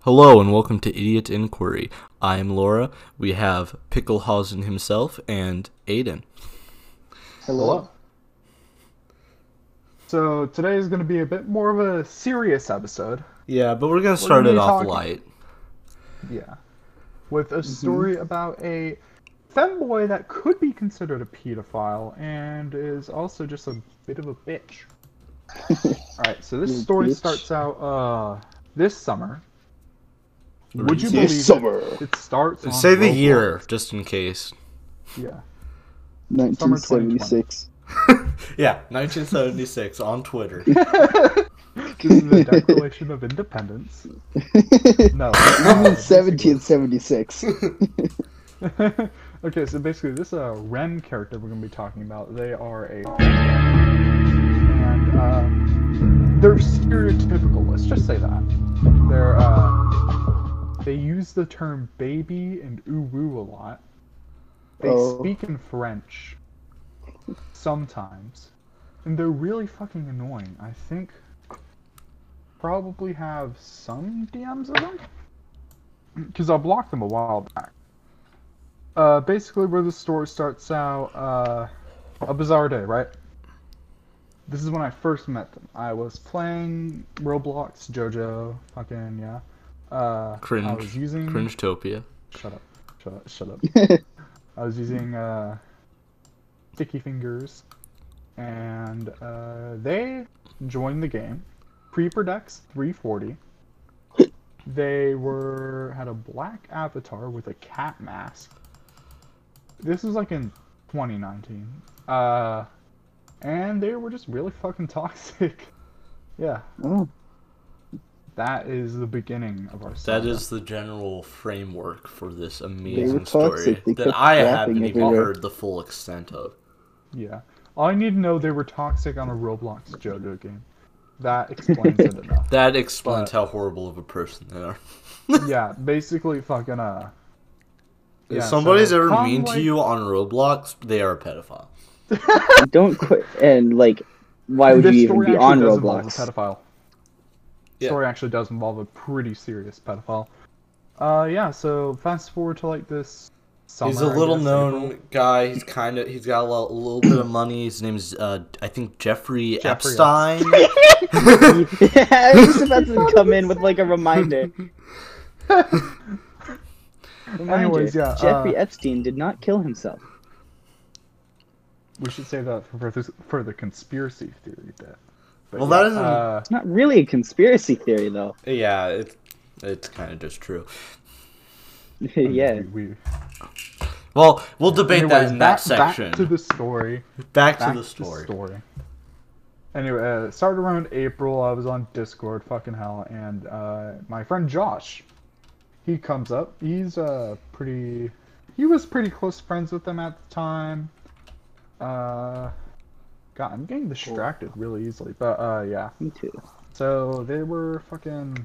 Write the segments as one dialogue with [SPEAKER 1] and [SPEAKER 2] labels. [SPEAKER 1] Hello and welcome to Idiot Inquiry. I am Laura. We have Picklehausen himself and Aiden.
[SPEAKER 2] Hello. So today is going to be a bit more of a serious episode.
[SPEAKER 1] Yeah, but we're gonna start
[SPEAKER 2] gonna
[SPEAKER 1] it
[SPEAKER 2] be
[SPEAKER 1] off
[SPEAKER 2] talking-
[SPEAKER 1] light.
[SPEAKER 2] Yeah. With
[SPEAKER 3] Mm-hmm.
[SPEAKER 2] a story about a femboy that could be considered a pedophile and is also just a bit of a bitch. Alright, so this
[SPEAKER 3] You
[SPEAKER 2] story
[SPEAKER 3] bitch.
[SPEAKER 2] starts out uh this summer. Would you
[SPEAKER 1] This
[SPEAKER 2] believe
[SPEAKER 3] summer.
[SPEAKER 2] it? It starts on
[SPEAKER 1] Say the
[SPEAKER 2] Roblox.
[SPEAKER 1] year, just in case.
[SPEAKER 2] Yeah.
[SPEAKER 3] 1976.
[SPEAKER 1] Yeah, 1976 on Twitter.
[SPEAKER 2] This is the Declaration of Independence. No.
[SPEAKER 3] I mean,
[SPEAKER 2] uh, basically-
[SPEAKER 3] 1776.
[SPEAKER 2] okay, so basically, this uh, Ren character we're going to be talking about, they are a. And uh, they're stereotypical, let's just say that. They're, uh, they use the term baby and oo woo a lot. They
[SPEAKER 3] Oh.
[SPEAKER 2] speak in French sometimes. And they're really fucking annoying. I think probably have some DMs of them. Because I blocked them a while back uh, basically where the story starts out uh, a bizarre day right this is when i first met them i was playing roblox jojo fucking yeah uh, i
[SPEAKER 1] Cringe.
[SPEAKER 2] was using
[SPEAKER 1] Cringetopia.
[SPEAKER 2] shut up shut up shut up i was using uh, sticky fingers and uh, they joined the game pre-produx 340 they were had a black avatar with a cat mask this was like in 2019 uh and they were just really fucking toxic yeah
[SPEAKER 3] Oh,
[SPEAKER 2] that is the beginning of our
[SPEAKER 1] That
[SPEAKER 2] saga.
[SPEAKER 1] is the general framework for this
[SPEAKER 3] They were
[SPEAKER 1] amazing story
[SPEAKER 3] toxic. They
[SPEAKER 1] that
[SPEAKER 3] kept
[SPEAKER 1] I
[SPEAKER 3] rapping
[SPEAKER 1] haven't even
[SPEAKER 3] everywhere.
[SPEAKER 1] heard the full extent of.
[SPEAKER 2] yeah all i need to know they were toxic on a roblox jojo game that explains it enough
[SPEAKER 1] That explains how horrible of a person they are.
[SPEAKER 2] yeah basically fucking uh
[SPEAKER 1] if
[SPEAKER 2] yeah,
[SPEAKER 1] somebody's
[SPEAKER 2] so
[SPEAKER 1] ever
[SPEAKER 2] Tom
[SPEAKER 1] mean to
[SPEAKER 2] liked-
[SPEAKER 1] you on Roblox, they are a pedophile.
[SPEAKER 3] don't quit. And, like, why would
[SPEAKER 2] this
[SPEAKER 3] you even
[SPEAKER 2] story
[SPEAKER 3] be
[SPEAKER 2] actually
[SPEAKER 3] on
[SPEAKER 2] does involve a
[SPEAKER 3] Roblox?
[SPEAKER 2] pedophile.
[SPEAKER 1] Yeah.
[SPEAKER 2] Story actually does involve a pretty serious pedophile. Uh, yeah. So fast forward to like this. Summer,
[SPEAKER 1] He's a
[SPEAKER 2] I
[SPEAKER 1] little
[SPEAKER 2] guess,
[SPEAKER 1] known
[SPEAKER 2] April.
[SPEAKER 1] guy. He's kind of he's got a little, little bit of money. His name's uh, I think Jeffrey,
[SPEAKER 2] Jeffrey
[SPEAKER 1] Epstein.
[SPEAKER 3] yeah, I was just about to come in with, like, a reminder. reminder.
[SPEAKER 2] Anyways, yeah,
[SPEAKER 3] Jeffrey
[SPEAKER 2] uh,
[SPEAKER 3] Epstein did not kill himself.
[SPEAKER 2] We should say that for further, further conspiracy theory bit. But
[SPEAKER 1] Well, that
[SPEAKER 2] yeah,
[SPEAKER 1] isn't-
[SPEAKER 2] Uh,
[SPEAKER 3] It's not really a conspiracy theory, though.
[SPEAKER 1] yeah, it's it's kind of just true.
[SPEAKER 3] yeah.
[SPEAKER 2] We, we,
[SPEAKER 1] Well, we'll debate that
[SPEAKER 2] anyways,
[SPEAKER 1] in
[SPEAKER 2] back,
[SPEAKER 1] that section.
[SPEAKER 2] Back to the story. back
[SPEAKER 1] the story.
[SPEAKER 2] Anyway, uh, it started around April. I was on Discord, fucking hell, and uh, my friend Josh, he comes up. He's uh pretty. He was pretty close friends with them at the time. Uh, God, I'm getting distracted really easily, but uh, yeah.
[SPEAKER 3] Me too.
[SPEAKER 2] So they were fucking.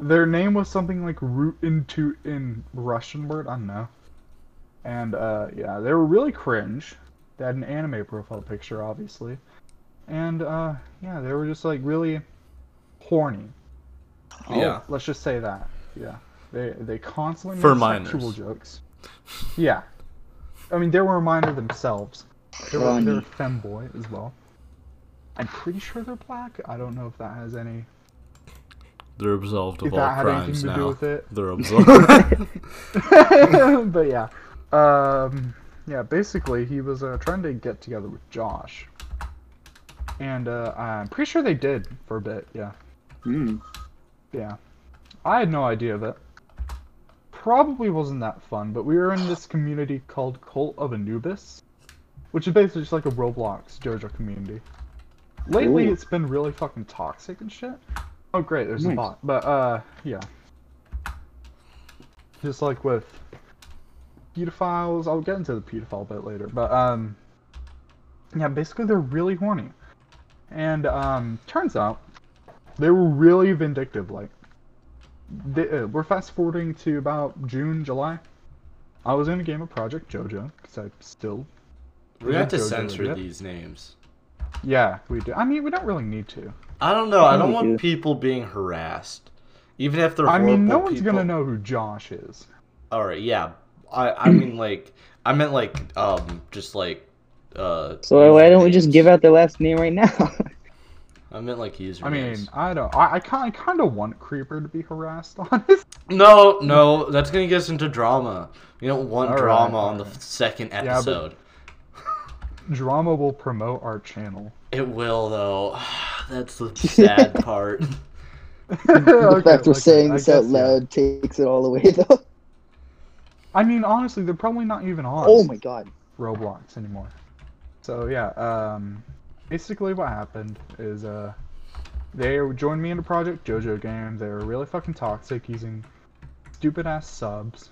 [SPEAKER 2] Their name was something like root into in Russian word, I don't know. And uh, yeah, they were really cringe. They had an anime profile picture, obviously. And uh, yeah, they were just like really horny.
[SPEAKER 1] Oh. Yeah.
[SPEAKER 2] Let's just say that. Yeah. They they constantly
[SPEAKER 1] For
[SPEAKER 2] made
[SPEAKER 1] minors.
[SPEAKER 2] sexual jokes. Yeah. I mean, they were a minor themselves. They were, they were
[SPEAKER 3] Ronnie.
[SPEAKER 2] femboy as well. I'm pretty sure they're black. I don't know if that has any.
[SPEAKER 1] They're absolved
[SPEAKER 2] If
[SPEAKER 1] of
[SPEAKER 2] that
[SPEAKER 1] all
[SPEAKER 2] had
[SPEAKER 1] crimes
[SPEAKER 2] anything to do
[SPEAKER 1] now.
[SPEAKER 2] with it.
[SPEAKER 1] They're absolved.
[SPEAKER 2] but yeah, um, yeah. Basically, he was uh, trying to get together with Josh, and uh, I'm pretty sure they did for a bit. Yeah,
[SPEAKER 3] Mm.
[SPEAKER 2] yeah. I had no idea of it. Probably wasn't that fun, but we were in this community called Cult of Anubis, which is basically just like a Roblox JoJo community. Lately,
[SPEAKER 3] Ooh.
[SPEAKER 2] it's been really fucking toxic and shit. Oh great, there's a
[SPEAKER 3] Nice.
[SPEAKER 2] bot. But uh, yeah. Just like with pedophiles, I'll get into the pedophile bit later. But um, yeah, basically they're really horny, and um, turns out they were really vindictive. Like, they, uh, we're fast forwarding to about June, July. I was in a game of Project JoJo because I still
[SPEAKER 1] We're gonna have to
[SPEAKER 2] JoJo,
[SPEAKER 1] censor
[SPEAKER 2] yeah.
[SPEAKER 1] these names.
[SPEAKER 2] Yeah, we do. I mean, we don't really need to.
[SPEAKER 1] I don't know. I
[SPEAKER 3] Yeah,
[SPEAKER 1] don't
[SPEAKER 3] you do.
[SPEAKER 1] want people being harassed, even if they're.
[SPEAKER 2] I mean, no
[SPEAKER 1] horrible
[SPEAKER 2] one's
[SPEAKER 1] people.
[SPEAKER 2] gonna know who Josh is.
[SPEAKER 1] All right, yeah. I I mean like I meant like um just like uh.
[SPEAKER 3] So why don't we
[SPEAKER 1] usernames.
[SPEAKER 3] just give out their last name right now?
[SPEAKER 1] I meant like usernames.
[SPEAKER 2] I mean, I don't. I, I kind I kind of want Creeper to be harassed, honestly.
[SPEAKER 1] no, no, that's gonna get us into drama. You don't want
[SPEAKER 2] All right,
[SPEAKER 1] drama
[SPEAKER 2] all
[SPEAKER 1] on the
[SPEAKER 2] right.
[SPEAKER 1] f- second
[SPEAKER 2] but-
[SPEAKER 1] episode.
[SPEAKER 2] Drama will promote our channel.
[SPEAKER 1] It will though. That's the sad part.
[SPEAKER 2] Okay,
[SPEAKER 4] the fact we're
[SPEAKER 2] okay,
[SPEAKER 4] saying
[SPEAKER 2] I
[SPEAKER 4] this out
[SPEAKER 2] guess, yeah.
[SPEAKER 4] loud takes it all away, though.
[SPEAKER 2] I mean, honestly, they're probably not even on
[SPEAKER 4] Oh my god.
[SPEAKER 2] Roblox anymore. So yeah, um, basically what happened is uh, they joined me in a Project JoJo game. They were really fucking toxic using stupid ass subs.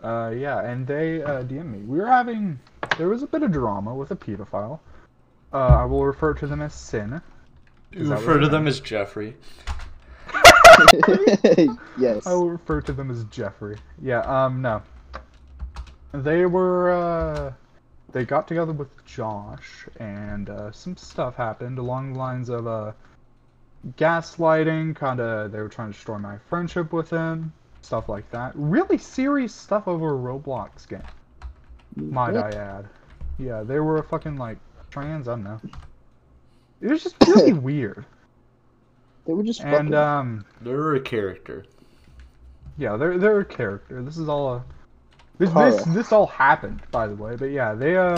[SPEAKER 2] Uh, yeah, and they uh, DM me. We were having there was a bit of drama with a pedophile. Uh, I will refer to them as Sin.
[SPEAKER 1] You
[SPEAKER 2] that
[SPEAKER 1] refer
[SPEAKER 2] what
[SPEAKER 1] to
[SPEAKER 2] it
[SPEAKER 1] them as Jeffrey.
[SPEAKER 4] yes.
[SPEAKER 2] I will refer to them as Jeffrey. Yeah, um, no. They were, uh, they got together with Josh, and, uh, some stuff happened along the lines of, uh, gaslighting, kinda, they were trying to destroy my friendship with him, stuff like that. Really serious stuff over a Roblox game, might I add. Yeah, they were fucking, like, trans, I don't know. It was just really weird.
[SPEAKER 4] They were just fucking.
[SPEAKER 2] And, um,.
[SPEAKER 1] They're a character.
[SPEAKER 2] Yeah, they're they're a character. This is all a this
[SPEAKER 4] Horror.
[SPEAKER 2] this, this all happened, by the way. But yeah, they uh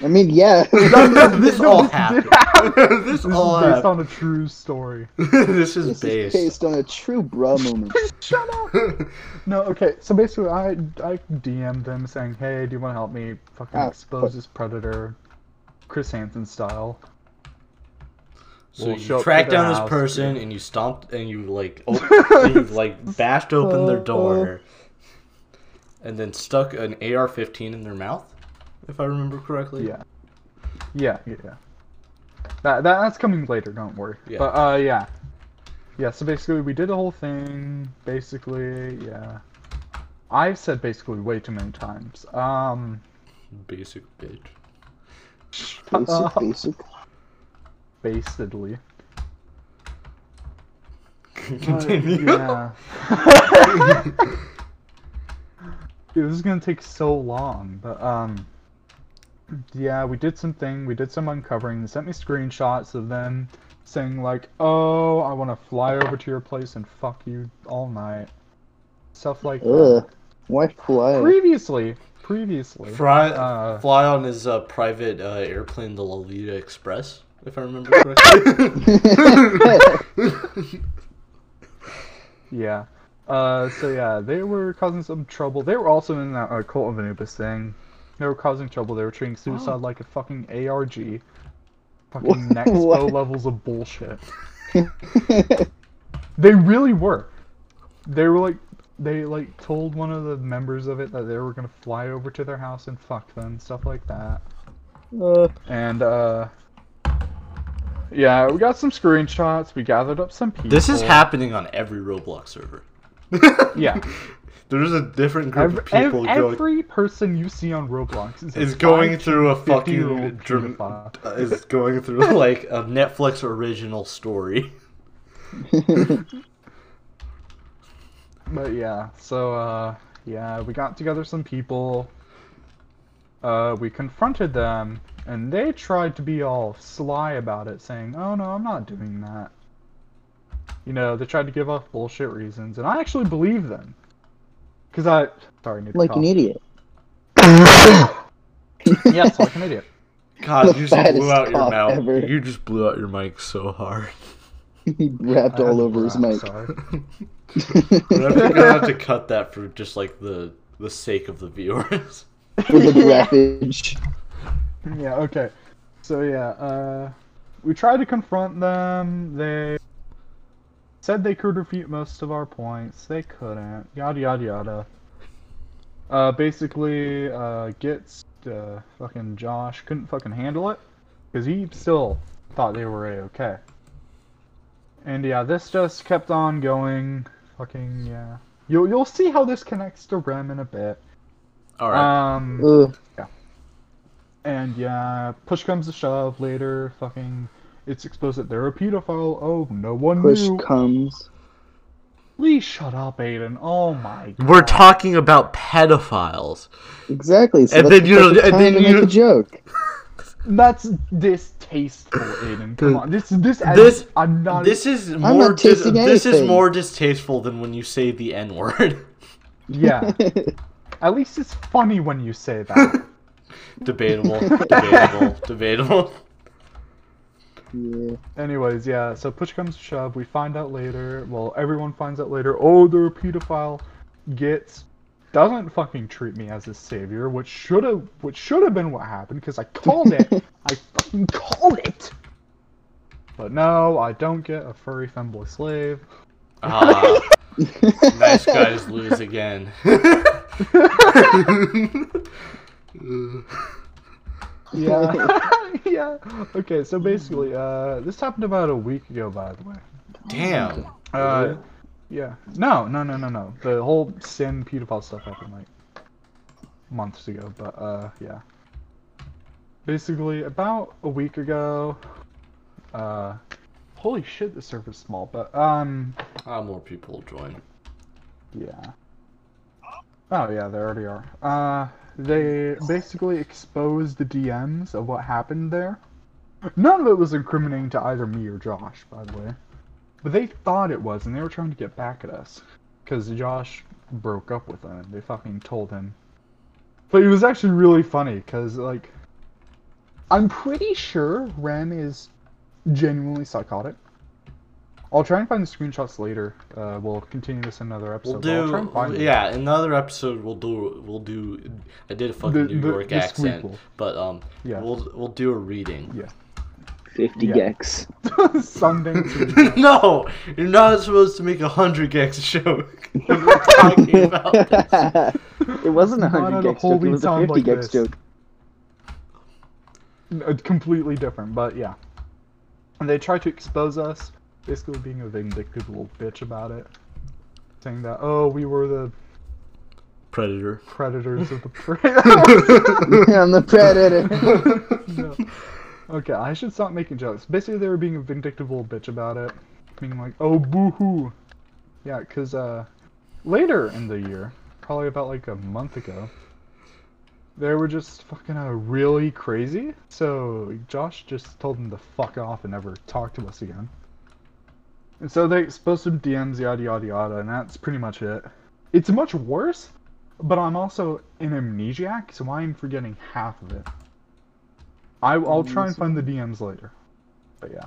[SPEAKER 4] I mean, yeah.
[SPEAKER 1] this
[SPEAKER 2] No,
[SPEAKER 1] all
[SPEAKER 2] this did
[SPEAKER 1] happened. this
[SPEAKER 2] this
[SPEAKER 1] all
[SPEAKER 2] is based
[SPEAKER 1] happened.
[SPEAKER 2] on a true story.
[SPEAKER 1] this is
[SPEAKER 4] this
[SPEAKER 1] based.
[SPEAKER 4] is based on a true bra moment.
[SPEAKER 2] Shut up. No, okay. So basically, I I DM'd them saying, "Hey, do you want to help me fucking
[SPEAKER 4] Ah,
[SPEAKER 2] expose this predator, Chris Hansen style?"
[SPEAKER 1] So
[SPEAKER 2] We'll show
[SPEAKER 1] you
[SPEAKER 2] up to
[SPEAKER 1] tracked
[SPEAKER 2] their
[SPEAKER 1] down this
[SPEAKER 2] house.
[SPEAKER 1] person and you stomped and you like op- and you like bashed open their door and then stuck an AR-15 in their mouth, if I remember correctly.
[SPEAKER 2] Yeah. Yeah, yeah, yeah. That, that that's coming later. Don't worry.
[SPEAKER 1] Yeah.
[SPEAKER 2] But uh, yeah, yeah. So basically, we did the whole thing. Basically, yeah. I said basically way too many times. Um,
[SPEAKER 1] Basic bitch.
[SPEAKER 4] Basic, basic.
[SPEAKER 2] basedly.
[SPEAKER 1] Continue.
[SPEAKER 2] Oh, Yeah. Dude, this is gonna take so long, but um, yeah, we did something. We did some uncovering. They sent me screenshots of them saying like, "Oh, I want to fly over to your place and fuck you all night," stuff like that.
[SPEAKER 4] Ugh. Why fly?
[SPEAKER 2] Previously, previously,
[SPEAKER 1] Fry,
[SPEAKER 2] Uh.
[SPEAKER 1] fly on his uh, private uh, airplane, the Lolita Express, if I remember correctly.
[SPEAKER 2] yeah. Uh, so yeah, they were causing some trouble. They were also in that uh, Cult of Anubis thing. They were causing trouble. They were treating suicide like a fucking ARG. Fucking next low
[SPEAKER 4] What?
[SPEAKER 2] levels of bullshit. They really were. They were like, they like told one of the members of it that they were gonna fly over to their house and fuck them, stuff like that.
[SPEAKER 4] Uh,
[SPEAKER 2] And uh, yeah, we got some screenshots. We gathered up some people.
[SPEAKER 1] this is happening on every Roblox server.
[SPEAKER 2] Yeah.
[SPEAKER 1] There's a different group
[SPEAKER 2] Every,
[SPEAKER 1] of people
[SPEAKER 2] ev-
[SPEAKER 1] going.
[SPEAKER 2] every person you see on Roblox is, a
[SPEAKER 1] is going
[SPEAKER 2] five-
[SPEAKER 1] through a
[SPEAKER 2] 50-year-old
[SPEAKER 1] fucking dram-
[SPEAKER 2] pedophile.
[SPEAKER 1] uh, is going through like a Netflix original story.
[SPEAKER 2] But yeah, so uh, yeah, we got together some people. Uh, we confronted them, and they tried to be all sly about it, saying, "Oh no, I'm not doing that." You know, they tried to give off bullshit reasons, and I actually believe them. Cause I sorry, I need to
[SPEAKER 4] like an
[SPEAKER 2] cough.
[SPEAKER 4] idiot.
[SPEAKER 2] Yes, like an idiot.
[SPEAKER 1] God,
[SPEAKER 4] The
[SPEAKER 1] you just
[SPEAKER 4] fattest
[SPEAKER 1] blew out your
[SPEAKER 4] cough
[SPEAKER 1] mouth.
[SPEAKER 4] ever.
[SPEAKER 1] You just blew out your mic so hard.
[SPEAKER 4] he wrapped
[SPEAKER 2] I had
[SPEAKER 4] all
[SPEAKER 2] to
[SPEAKER 4] over his
[SPEAKER 2] laugh,
[SPEAKER 4] mic.
[SPEAKER 2] sorry.
[SPEAKER 1] We're gonna have to cut that for just like the the sake of the viewers.
[SPEAKER 4] For the graphage.
[SPEAKER 2] Yeah, okay. So yeah, uh we tried to confront them. They said they could refute most of our points. They couldn't. Yada yada yada. Uh basically uh gets uh fucking Josh couldn't fucking handle it cuz he still thought they were a-okay. And yeah, this just kept on going. Fucking yeah. You'll you'll see how this connects to Rem in a bit.
[SPEAKER 1] All right.
[SPEAKER 2] Um
[SPEAKER 4] Ugh.
[SPEAKER 2] And yeah, push comes to shove later, fucking it's exposed that they're a pedophile. Oh, no one
[SPEAKER 4] Push
[SPEAKER 2] knew.
[SPEAKER 4] comes.
[SPEAKER 2] Please shut up, Aiden. Oh my god.
[SPEAKER 1] We're talking about pedophiles.
[SPEAKER 4] Exactly. So
[SPEAKER 1] And
[SPEAKER 4] that's
[SPEAKER 1] then you
[SPEAKER 4] the
[SPEAKER 1] don't-
[SPEAKER 4] perfect
[SPEAKER 1] and
[SPEAKER 4] time
[SPEAKER 1] then
[SPEAKER 4] to
[SPEAKER 1] you
[SPEAKER 4] make a
[SPEAKER 1] don't-
[SPEAKER 4] joke.
[SPEAKER 2] That's distasteful, Aiden. Come on. This this
[SPEAKER 1] This-
[SPEAKER 2] I'm not
[SPEAKER 1] This is
[SPEAKER 4] not
[SPEAKER 1] more. Dis-
[SPEAKER 4] tasting
[SPEAKER 1] this is
[SPEAKER 4] anything.
[SPEAKER 1] more distasteful than when you say the N word.
[SPEAKER 2] e-, Yeah. At least it's funny when you say that.
[SPEAKER 1] debatable. Debatable. debatable.
[SPEAKER 4] yeah.
[SPEAKER 2] Anyways, yeah, so push comes to shove. We find out later. Well, everyone finds out later. Oh, they're a pedophile. Gets doesn't fucking treat me as his savior, which should have which should have been what happened because I called it. I fucking called it. But no, I don't get a furry femboy slave.
[SPEAKER 1] Ah, nice guys lose again.
[SPEAKER 2] Yeah, yeah. Okay, so basically, uh, this happened about a week ago, by the way.
[SPEAKER 1] Damn.
[SPEAKER 2] Uh, yeah. No, no, no, no, no. The whole sin pedophile stuff happened like months ago, but uh, yeah. Basically, about a week ago. Uh, holy shit, the server's small, but um,
[SPEAKER 1] Ah, more people will join.
[SPEAKER 2] yeah. Oh yeah, they already are. Uh, they basically exposed the DMs of what happened there. None of it was incriminating to either me or Josh, by the way. But they thought it was, and they were trying to get back at us. Because Josh broke up with them, and they fucking told him. But it was actually really funny, because, like, I'm pretty sure Ren is genuinely psychotic. I'll try and find the screenshots later. Uh, we'll continue this in another episode.
[SPEAKER 1] We'll
[SPEAKER 2] but I'll try and
[SPEAKER 1] do.
[SPEAKER 2] find it.
[SPEAKER 1] Yeah, another episode. We'll do. We'll do. I did a fucking
[SPEAKER 2] The-
[SPEAKER 1] New
[SPEAKER 2] the-
[SPEAKER 1] York
[SPEAKER 2] the
[SPEAKER 1] accent,
[SPEAKER 2] squeakle.
[SPEAKER 1] but um,
[SPEAKER 2] Yeah.
[SPEAKER 1] we'll we'll do a reading.
[SPEAKER 4] Fifty
[SPEAKER 2] Yeah.
[SPEAKER 4] gex.
[SPEAKER 2] Sunday. to-
[SPEAKER 1] no, you're not supposed to make a hundred gex joke. We're talking about this.
[SPEAKER 4] it wasn't a
[SPEAKER 2] Not on a
[SPEAKER 4] hundred gex
[SPEAKER 2] whole
[SPEAKER 4] joke. It
[SPEAKER 2] wheat
[SPEAKER 4] was a
[SPEAKER 2] sound
[SPEAKER 4] fifty
[SPEAKER 2] like
[SPEAKER 4] gex
[SPEAKER 2] this.
[SPEAKER 4] joke.
[SPEAKER 2] uh, completely different, but yeah. And they try to expose us, basically being a vindictive little bitch about it, saying that oh we were the
[SPEAKER 1] Predator.
[SPEAKER 2] predators of the prey.
[SPEAKER 4] I'm the predator.
[SPEAKER 2] No. Okay, I should stop making jokes. Basically, they were being a vindictive little bitch about it, being like, "Oh, boo-hoo." Yeah, because uh, later in the year, probably about like a month ago, they were just fucking uh, really crazy. So Josh just told them to fuck off and never talk to us again. And so they exposed some DMs, yada yada yada, and that's pretty much it. It's much worse, but I'm also an amnesiac, so I'm forgetting half of it. I, I'll try and find the DMs later. But yeah.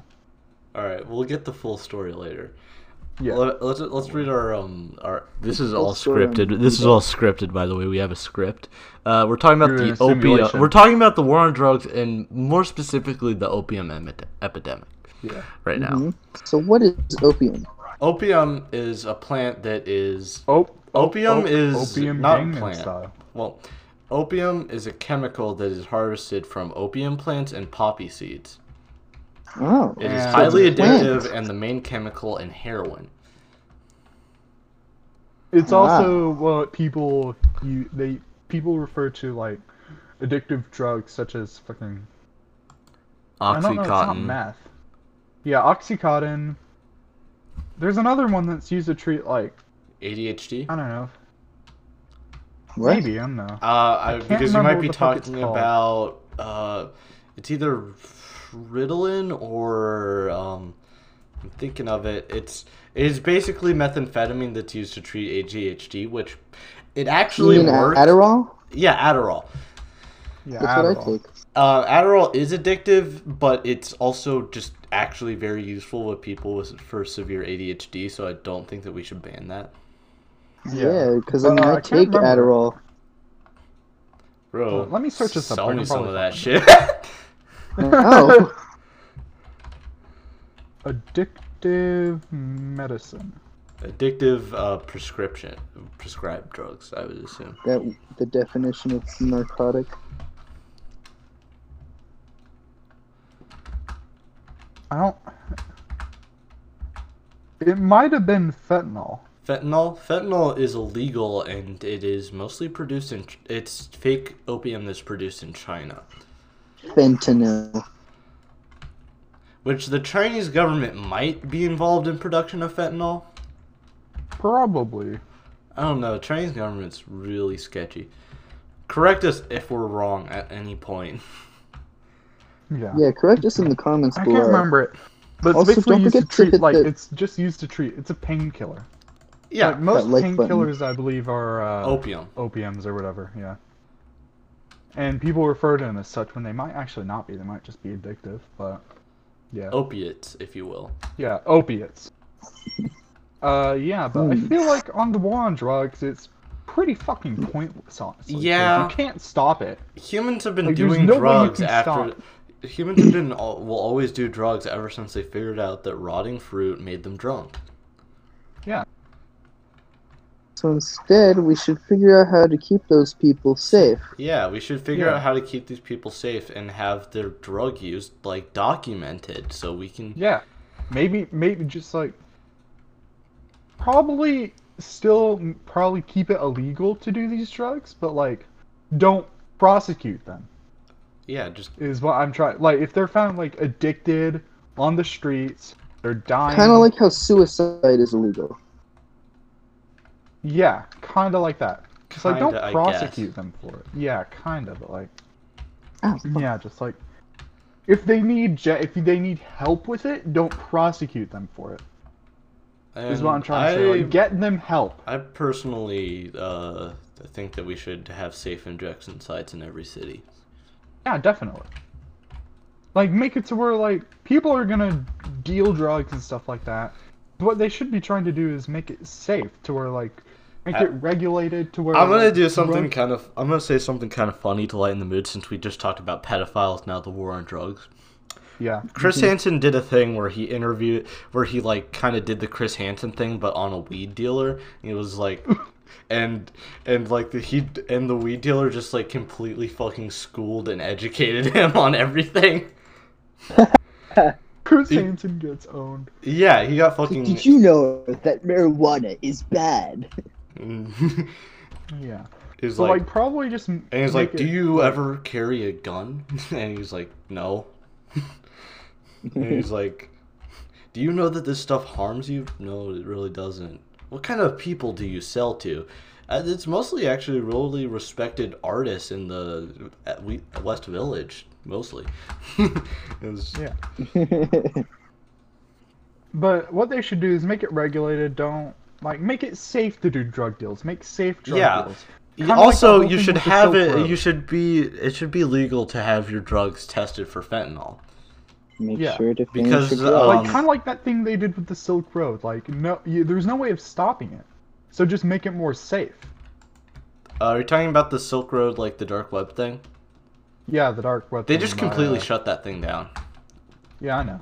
[SPEAKER 1] All right, we'll get the full story later.
[SPEAKER 2] Yeah.
[SPEAKER 1] Let, let's let's read our um our. This is all
[SPEAKER 4] story on
[SPEAKER 1] scripted. This is all scripted. By the way, we have a script. Uh, we're talking about
[SPEAKER 2] You're in
[SPEAKER 1] the
[SPEAKER 2] a
[SPEAKER 1] opium.
[SPEAKER 2] simulation.
[SPEAKER 1] We're talking about the war on drugs and more specifically the opium em- epidemic
[SPEAKER 2] Yeah.
[SPEAKER 1] right now.
[SPEAKER 2] Mm-hmm.
[SPEAKER 4] Mhm. So what is opium?
[SPEAKER 1] Opium is a plant that is
[SPEAKER 2] Oh,
[SPEAKER 1] Opium is not
[SPEAKER 2] Gangnam
[SPEAKER 1] plant. well, opium is a chemical that is harvested from opium plants and poppy seeds.
[SPEAKER 4] Oh,
[SPEAKER 1] It is
[SPEAKER 2] Yeah.
[SPEAKER 1] highly
[SPEAKER 4] It's a plant.
[SPEAKER 1] addictive and the main chemical in heroin.
[SPEAKER 2] It's
[SPEAKER 4] Ah.
[SPEAKER 2] also what people you they people refer to like addictive drugs such as fucking I don't know, it's not
[SPEAKER 1] Oxycontin.
[SPEAKER 2] meth. Yeah, oxycontin. There's another one that's used to treat like
[SPEAKER 1] ADHD.
[SPEAKER 2] I don't know,
[SPEAKER 4] what?
[SPEAKER 2] maybe I don't know.
[SPEAKER 1] Uh, I,
[SPEAKER 2] can't
[SPEAKER 1] because you might
[SPEAKER 2] remember
[SPEAKER 1] be
[SPEAKER 2] what the fuck it's
[SPEAKER 1] talking
[SPEAKER 2] called.
[SPEAKER 1] about uh, it's either Ritalin or um, I'm thinking of it. It's it is basically methamphetamine that's used to treat ADHD, which it
[SPEAKER 4] You
[SPEAKER 1] actually
[SPEAKER 4] mean a-
[SPEAKER 1] works.
[SPEAKER 4] Adderall?
[SPEAKER 1] Yeah, Adderall.
[SPEAKER 2] Yeah,
[SPEAKER 4] That's what I
[SPEAKER 2] Adderall.
[SPEAKER 4] take.
[SPEAKER 1] Uh, Adderall is addictive, but it's also just actually very useful with people with for severe ADHD. So I don't think that we should ban that.
[SPEAKER 2] Yeah.
[SPEAKER 4] Yeah, because
[SPEAKER 2] But,
[SPEAKER 4] I, mean,
[SPEAKER 2] uh, I
[SPEAKER 4] I
[SPEAKER 2] can't
[SPEAKER 4] take
[SPEAKER 2] remember.
[SPEAKER 4] Adderall.
[SPEAKER 1] Bro,
[SPEAKER 2] Uh, let me search this up.
[SPEAKER 1] Sell
[SPEAKER 2] I
[SPEAKER 1] me
[SPEAKER 2] can
[SPEAKER 1] some of
[SPEAKER 2] probably
[SPEAKER 1] that
[SPEAKER 2] find
[SPEAKER 1] shit.
[SPEAKER 4] Oh,
[SPEAKER 2] Addictive medicine.
[SPEAKER 1] addictive uh, prescription prescribed drugs. I would assume.
[SPEAKER 4] that the definition of narcotic.
[SPEAKER 2] I don't. It might have been fentanyl.
[SPEAKER 1] Fentanyl. Fentanyl is illegal, and it is mostly produced in. It's fake opium that's produced in China.
[SPEAKER 4] Fentanyl.
[SPEAKER 1] Which the Chinese government might be involved in production of fentanyl.
[SPEAKER 2] Probably.
[SPEAKER 1] I don't know. Chinese government's really sketchy. Correct us if we're wrong at any point.
[SPEAKER 2] Yeah.
[SPEAKER 4] Yeah, correct us in the comments
[SPEAKER 2] I
[SPEAKER 4] below.
[SPEAKER 2] can't remember it. But it's
[SPEAKER 4] Also,
[SPEAKER 2] basically
[SPEAKER 4] don't
[SPEAKER 2] used to
[SPEAKER 4] forget to
[SPEAKER 2] treat
[SPEAKER 4] hit
[SPEAKER 2] like
[SPEAKER 4] the-
[SPEAKER 2] it's just used to treat. It's a painkiller.
[SPEAKER 1] Yeah, Oh.
[SPEAKER 2] Like, most
[SPEAKER 4] like button.
[SPEAKER 2] painkillers, I believe, are uh,
[SPEAKER 1] opium.
[SPEAKER 2] opiums or whatever. Yeah. And people refer to them as such when they might actually not be. They might just be addictive. But
[SPEAKER 1] Oh.
[SPEAKER 2] yeah,
[SPEAKER 1] Opiates, if you will.
[SPEAKER 2] yeah, opiates. Uh, yeah, but I
[SPEAKER 4] Hmm.
[SPEAKER 2] feel like on the war on drugs, it's pretty fucking pointless. Honestly, 'cause
[SPEAKER 1] Yeah.
[SPEAKER 2] you can't stop it.
[SPEAKER 1] Humans have been
[SPEAKER 2] Like, there's
[SPEAKER 1] doing
[SPEAKER 2] no way you
[SPEAKER 1] drugs
[SPEAKER 2] can
[SPEAKER 1] after. Humans have been al- will always do drugs ever since they figured out that rotting fruit made them drunk.
[SPEAKER 4] So instead, we should figure out how to keep those people safe.
[SPEAKER 1] Yeah, we should figure
[SPEAKER 2] Yeah.
[SPEAKER 1] out how to keep these people safe and have their drug use like documented so we can
[SPEAKER 2] Yeah, maybe maybe just like probably still m- probably keep it illegal to do these drugs, but like don't prosecute them
[SPEAKER 1] yeah, just
[SPEAKER 2] is what I'm trying. Like if they're found like addicted on the streets, they're dying.
[SPEAKER 4] Kind of like how suicide is illegal.
[SPEAKER 2] yeah, kind of like that. Just like
[SPEAKER 1] Kinda, I
[SPEAKER 2] don't prosecute them for it. Yeah, kind of, but like
[SPEAKER 4] Oh, fuck.
[SPEAKER 2] yeah, just like if they need je- if they need help with it, don't prosecute them for it. Is what I'm
[SPEAKER 1] And
[SPEAKER 2] trying to say.
[SPEAKER 1] I-
[SPEAKER 2] Like, get them help.
[SPEAKER 1] I personally uh, think that we should have safe injection sites in every city.
[SPEAKER 2] Yeah, definitely. Like, make it to where, like, people are gonna deal drugs and stuff like that. What they should be trying to do is make it safe to where, like, make
[SPEAKER 1] I-
[SPEAKER 2] it regulated to where.
[SPEAKER 1] I'm gonna
[SPEAKER 2] like,
[SPEAKER 1] do something
[SPEAKER 2] drug-
[SPEAKER 1] kind of. I'm gonna say something kind of funny to lighten the mood since we just talked about pedophiles. Now the war on drugs.
[SPEAKER 2] Yeah.
[SPEAKER 1] Chris Hansen did a thing where he interviewed, where he like kind of did the Chris Hansen thing, but on a weed dealer. It was like, and and like the he and the weed dealer just like completely fucking schooled and educated him on everything.
[SPEAKER 2] Chris
[SPEAKER 1] Did-
[SPEAKER 2] Hansen gets owned.
[SPEAKER 1] Yeah, he got fucking.
[SPEAKER 4] Did you know that marijuana is bad?
[SPEAKER 2] Yeah.
[SPEAKER 1] He's
[SPEAKER 2] So, like,
[SPEAKER 1] like,
[SPEAKER 2] probably just. And
[SPEAKER 1] and he's like, do you ever carry a gun? And he's like, no. And he's like, Do you know that this stuff harms you? No, it really doesn't. What kind of people do you sell to? Uh, it's mostly actually really respected artists in the uh, we- West Village, mostly. it was,
[SPEAKER 2] Yeah.
[SPEAKER 4] That's
[SPEAKER 2] But what they should do is make it regulated. Don't. Like, make it safe to do drug deals. Make safe drug
[SPEAKER 1] Yeah.
[SPEAKER 2] deals.
[SPEAKER 1] You-
[SPEAKER 2] Kinda like
[SPEAKER 1] also,
[SPEAKER 2] the whole
[SPEAKER 1] you
[SPEAKER 2] thing
[SPEAKER 1] should
[SPEAKER 2] with the
[SPEAKER 1] have
[SPEAKER 2] Silk
[SPEAKER 1] it.
[SPEAKER 2] Road.
[SPEAKER 1] You should be. It should be legal to have your drugs tested for fentanyl.
[SPEAKER 4] Make
[SPEAKER 2] Yeah,
[SPEAKER 4] sure to finish
[SPEAKER 1] because,
[SPEAKER 4] your job.
[SPEAKER 1] um,
[SPEAKER 2] like kind of like that thing they did with the Silk Road. Like no, you, there's no way of stopping it. So just make it more safe.
[SPEAKER 1] Uh, are you talking about the Silk Road, like the dark web thing?
[SPEAKER 2] Yeah, the dark web.
[SPEAKER 1] They
[SPEAKER 2] thing,
[SPEAKER 1] just completely
[SPEAKER 2] uh,
[SPEAKER 1] shut that thing down.
[SPEAKER 2] yeah, I know.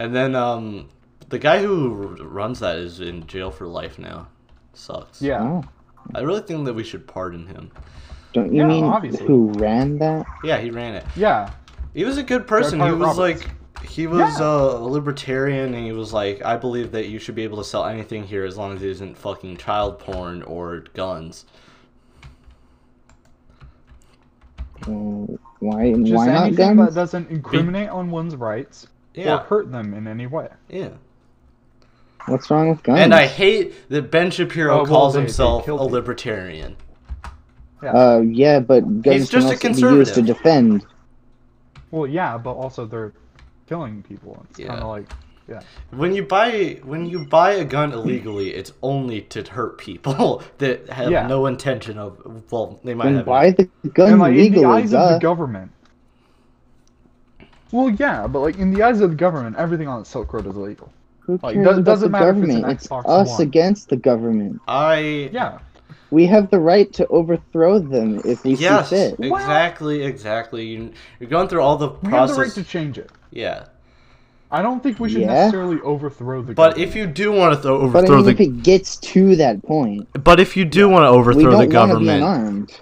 [SPEAKER 1] And then um, the guy who r- runs that is in jail for life now. Sucks.
[SPEAKER 2] Yeah,
[SPEAKER 4] Oh,
[SPEAKER 1] I really think that we should pardon him.
[SPEAKER 4] don't you
[SPEAKER 2] Yeah,
[SPEAKER 4] mean
[SPEAKER 2] obviously.
[SPEAKER 4] who ran that?
[SPEAKER 1] Yeah, he ran it.
[SPEAKER 2] yeah,
[SPEAKER 1] He was a good person. He
[SPEAKER 2] Carter
[SPEAKER 1] was
[SPEAKER 2] Roberts.
[SPEAKER 1] like, he was uh, a libertarian, and he was like, I believe that you should be able to sell anything here as long as it isn't fucking child porn or guns.
[SPEAKER 4] Uh, why?
[SPEAKER 2] just
[SPEAKER 4] Why not
[SPEAKER 2] anything
[SPEAKER 4] guns?
[SPEAKER 2] that doesn't incriminate on one's rights or
[SPEAKER 1] Yeah,
[SPEAKER 2] hurt them in any way.
[SPEAKER 1] yeah.
[SPEAKER 4] What's wrong with guns?
[SPEAKER 1] And I hate that Ben Shapiro
[SPEAKER 2] Oh, well,
[SPEAKER 1] calls
[SPEAKER 2] they- they
[SPEAKER 1] himself a
[SPEAKER 2] killed me.
[SPEAKER 1] libertarian.
[SPEAKER 4] Uh, yeah, but guns
[SPEAKER 1] He's just
[SPEAKER 4] can
[SPEAKER 1] a
[SPEAKER 4] also be used to
[SPEAKER 1] conservative.
[SPEAKER 4] defend.
[SPEAKER 2] Well, yeah, but also they're killing people. It's kind
[SPEAKER 1] Yeah.
[SPEAKER 2] of like
[SPEAKER 1] When you buy when you buy a gun illegally, it's only to hurt people that have
[SPEAKER 2] Yeah.
[SPEAKER 1] no intention of. Well, they might
[SPEAKER 4] And
[SPEAKER 1] have.
[SPEAKER 4] buy the gun uh?"
[SPEAKER 2] and like in the
[SPEAKER 4] legally,
[SPEAKER 2] eyes of
[SPEAKER 4] duh.
[SPEAKER 2] the government. Well, yeah, but like in the eyes of the government, everything on the Silk Road is illegal.
[SPEAKER 4] Who
[SPEAKER 2] Like,
[SPEAKER 4] cares
[SPEAKER 2] does-
[SPEAKER 4] about
[SPEAKER 2] doesn't
[SPEAKER 4] the
[SPEAKER 2] matter if it's an
[SPEAKER 4] government? It's
[SPEAKER 2] Xbox
[SPEAKER 4] us
[SPEAKER 2] One.
[SPEAKER 4] against the government.
[SPEAKER 1] I
[SPEAKER 2] Yeah,
[SPEAKER 4] We have the right to overthrow them if we
[SPEAKER 1] Yes,
[SPEAKER 4] see fit.
[SPEAKER 2] Well-
[SPEAKER 1] exactly, exactly. You, you're going through all the
[SPEAKER 2] we
[SPEAKER 1] process.
[SPEAKER 2] have the right to change it.
[SPEAKER 1] Yeah,
[SPEAKER 2] I don't think we should
[SPEAKER 4] Yeah.
[SPEAKER 2] necessarily overthrow the.
[SPEAKER 1] but
[SPEAKER 2] government.
[SPEAKER 1] if you do want to th-
[SPEAKER 4] But I
[SPEAKER 1] overthrow
[SPEAKER 4] mean, if
[SPEAKER 1] the,
[SPEAKER 4] it gets to that point,
[SPEAKER 1] but if you do want to
[SPEAKER 4] we
[SPEAKER 1] overthrow the
[SPEAKER 4] don't want to be
[SPEAKER 1] government,
[SPEAKER 4] unarmed.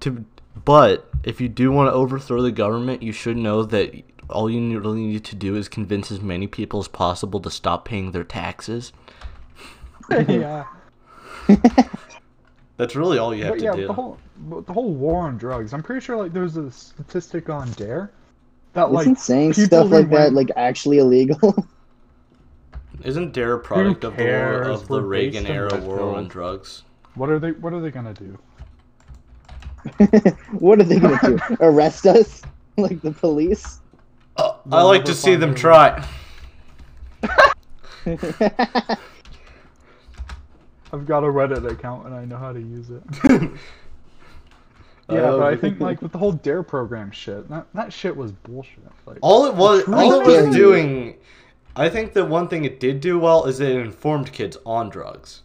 [SPEAKER 1] to, but if you do want to overthrow the government, you should know that all you need- really need to do is convince as many people as possible to stop paying their taxes.
[SPEAKER 2] yeah.
[SPEAKER 1] That's really all you have
[SPEAKER 2] But
[SPEAKER 1] to
[SPEAKER 2] yeah,
[SPEAKER 1] do.
[SPEAKER 2] the whole but the whole war on drugs. I'm pretty sure like there's a statistic on Dare that like
[SPEAKER 4] Isn't saying
[SPEAKER 2] people
[SPEAKER 4] stuff
[SPEAKER 2] who
[SPEAKER 4] like that
[SPEAKER 2] went-
[SPEAKER 4] like actually illegal?
[SPEAKER 1] Isn't Dare a product of the war,
[SPEAKER 2] cares?
[SPEAKER 1] of the
[SPEAKER 2] We're
[SPEAKER 1] Reagan
[SPEAKER 2] based in
[SPEAKER 1] era war
[SPEAKER 2] Redfield.
[SPEAKER 1] on drugs?
[SPEAKER 2] what are they what are they gonna do?
[SPEAKER 4] what are they gonna do? Arrest us? Like the police?
[SPEAKER 1] Uh, I
[SPEAKER 2] They'll
[SPEAKER 1] like
[SPEAKER 2] never
[SPEAKER 1] to see
[SPEAKER 2] find
[SPEAKER 1] them
[SPEAKER 2] their
[SPEAKER 1] try.
[SPEAKER 2] I've got a Reddit account and I know how to use it.
[SPEAKER 1] I
[SPEAKER 2] Yeah, but I
[SPEAKER 1] love-
[SPEAKER 2] think like with the whole Dare program shit, that that shit was bullshit. Like
[SPEAKER 1] All it was, all it
[SPEAKER 4] dare
[SPEAKER 1] was
[SPEAKER 4] you.
[SPEAKER 1] doing. I think the one thing it did do well is it informed kids on drugs.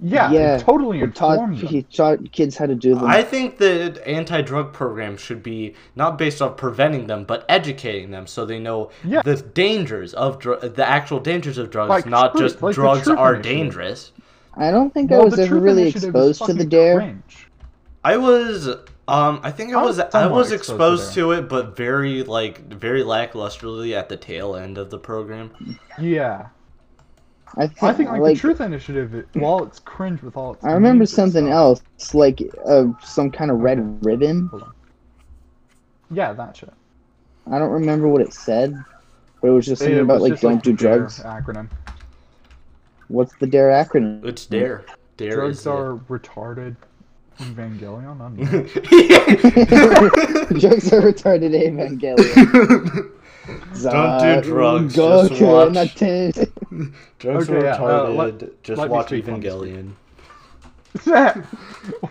[SPEAKER 2] yeah,
[SPEAKER 4] Yeah,
[SPEAKER 2] it totally
[SPEAKER 4] Or taught,
[SPEAKER 2] informed them.
[SPEAKER 4] he taught kids how to do them.
[SPEAKER 1] I think the anti-drug program should be not based on preventing them, but educating them so they know
[SPEAKER 2] Yeah.
[SPEAKER 1] the dangers of dr- the actual dangers of drugs,
[SPEAKER 2] Like
[SPEAKER 1] not
[SPEAKER 2] truth,
[SPEAKER 1] just
[SPEAKER 2] like the
[SPEAKER 1] drugs
[SPEAKER 2] truth
[SPEAKER 1] are
[SPEAKER 2] initiative.
[SPEAKER 1] dangerous.
[SPEAKER 4] I don't think I
[SPEAKER 2] Well,
[SPEAKER 4] was
[SPEAKER 2] the
[SPEAKER 4] ever
[SPEAKER 2] Truth
[SPEAKER 4] really
[SPEAKER 2] Initiative is
[SPEAKER 4] exposed to the
[SPEAKER 2] fucking
[SPEAKER 4] dare.
[SPEAKER 2] cringe.
[SPEAKER 1] I was, um, I think I
[SPEAKER 2] I
[SPEAKER 1] was,
[SPEAKER 2] was
[SPEAKER 1] I
[SPEAKER 2] somewhat
[SPEAKER 1] was
[SPEAKER 2] exposed to
[SPEAKER 1] exposed to it, but very like very lacklusterly at the tail end of the program.
[SPEAKER 2] Yeah,
[SPEAKER 4] I think,
[SPEAKER 2] I think like,
[SPEAKER 4] like
[SPEAKER 2] the Truth Initiative, it, while it's cringe with all its.
[SPEAKER 4] I remember
[SPEAKER 2] major
[SPEAKER 4] something
[SPEAKER 2] stuff-
[SPEAKER 4] else, like uh, some kind of red ribbon.
[SPEAKER 2] Yeah, that shit.
[SPEAKER 4] I don't remember what it said, but it was just something
[SPEAKER 2] It
[SPEAKER 4] about
[SPEAKER 2] was
[SPEAKER 4] like
[SPEAKER 2] just,
[SPEAKER 4] don't do
[SPEAKER 2] the DARE
[SPEAKER 4] drugs.
[SPEAKER 2] Acronym.
[SPEAKER 4] What's the dare acronym?
[SPEAKER 1] It's dare, dare
[SPEAKER 2] Hmm. drugs
[SPEAKER 1] is
[SPEAKER 2] are retarded. Evangelion. I don't know.
[SPEAKER 1] it.
[SPEAKER 4] drugs are retarded Evangelion.
[SPEAKER 1] Don't do drugs,
[SPEAKER 4] Goku,
[SPEAKER 1] just watch.
[SPEAKER 4] Naruto.
[SPEAKER 1] drugs
[SPEAKER 2] Okay,
[SPEAKER 1] are
[SPEAKER 2] yeah, uh, let-
[SPEAKER 1] retarded. Just
[SPEAKER 2] let me
[SPEAKER 1] watch
[SPEAKER 2] speak on this week.
[SPEAKER 1] Evangelion,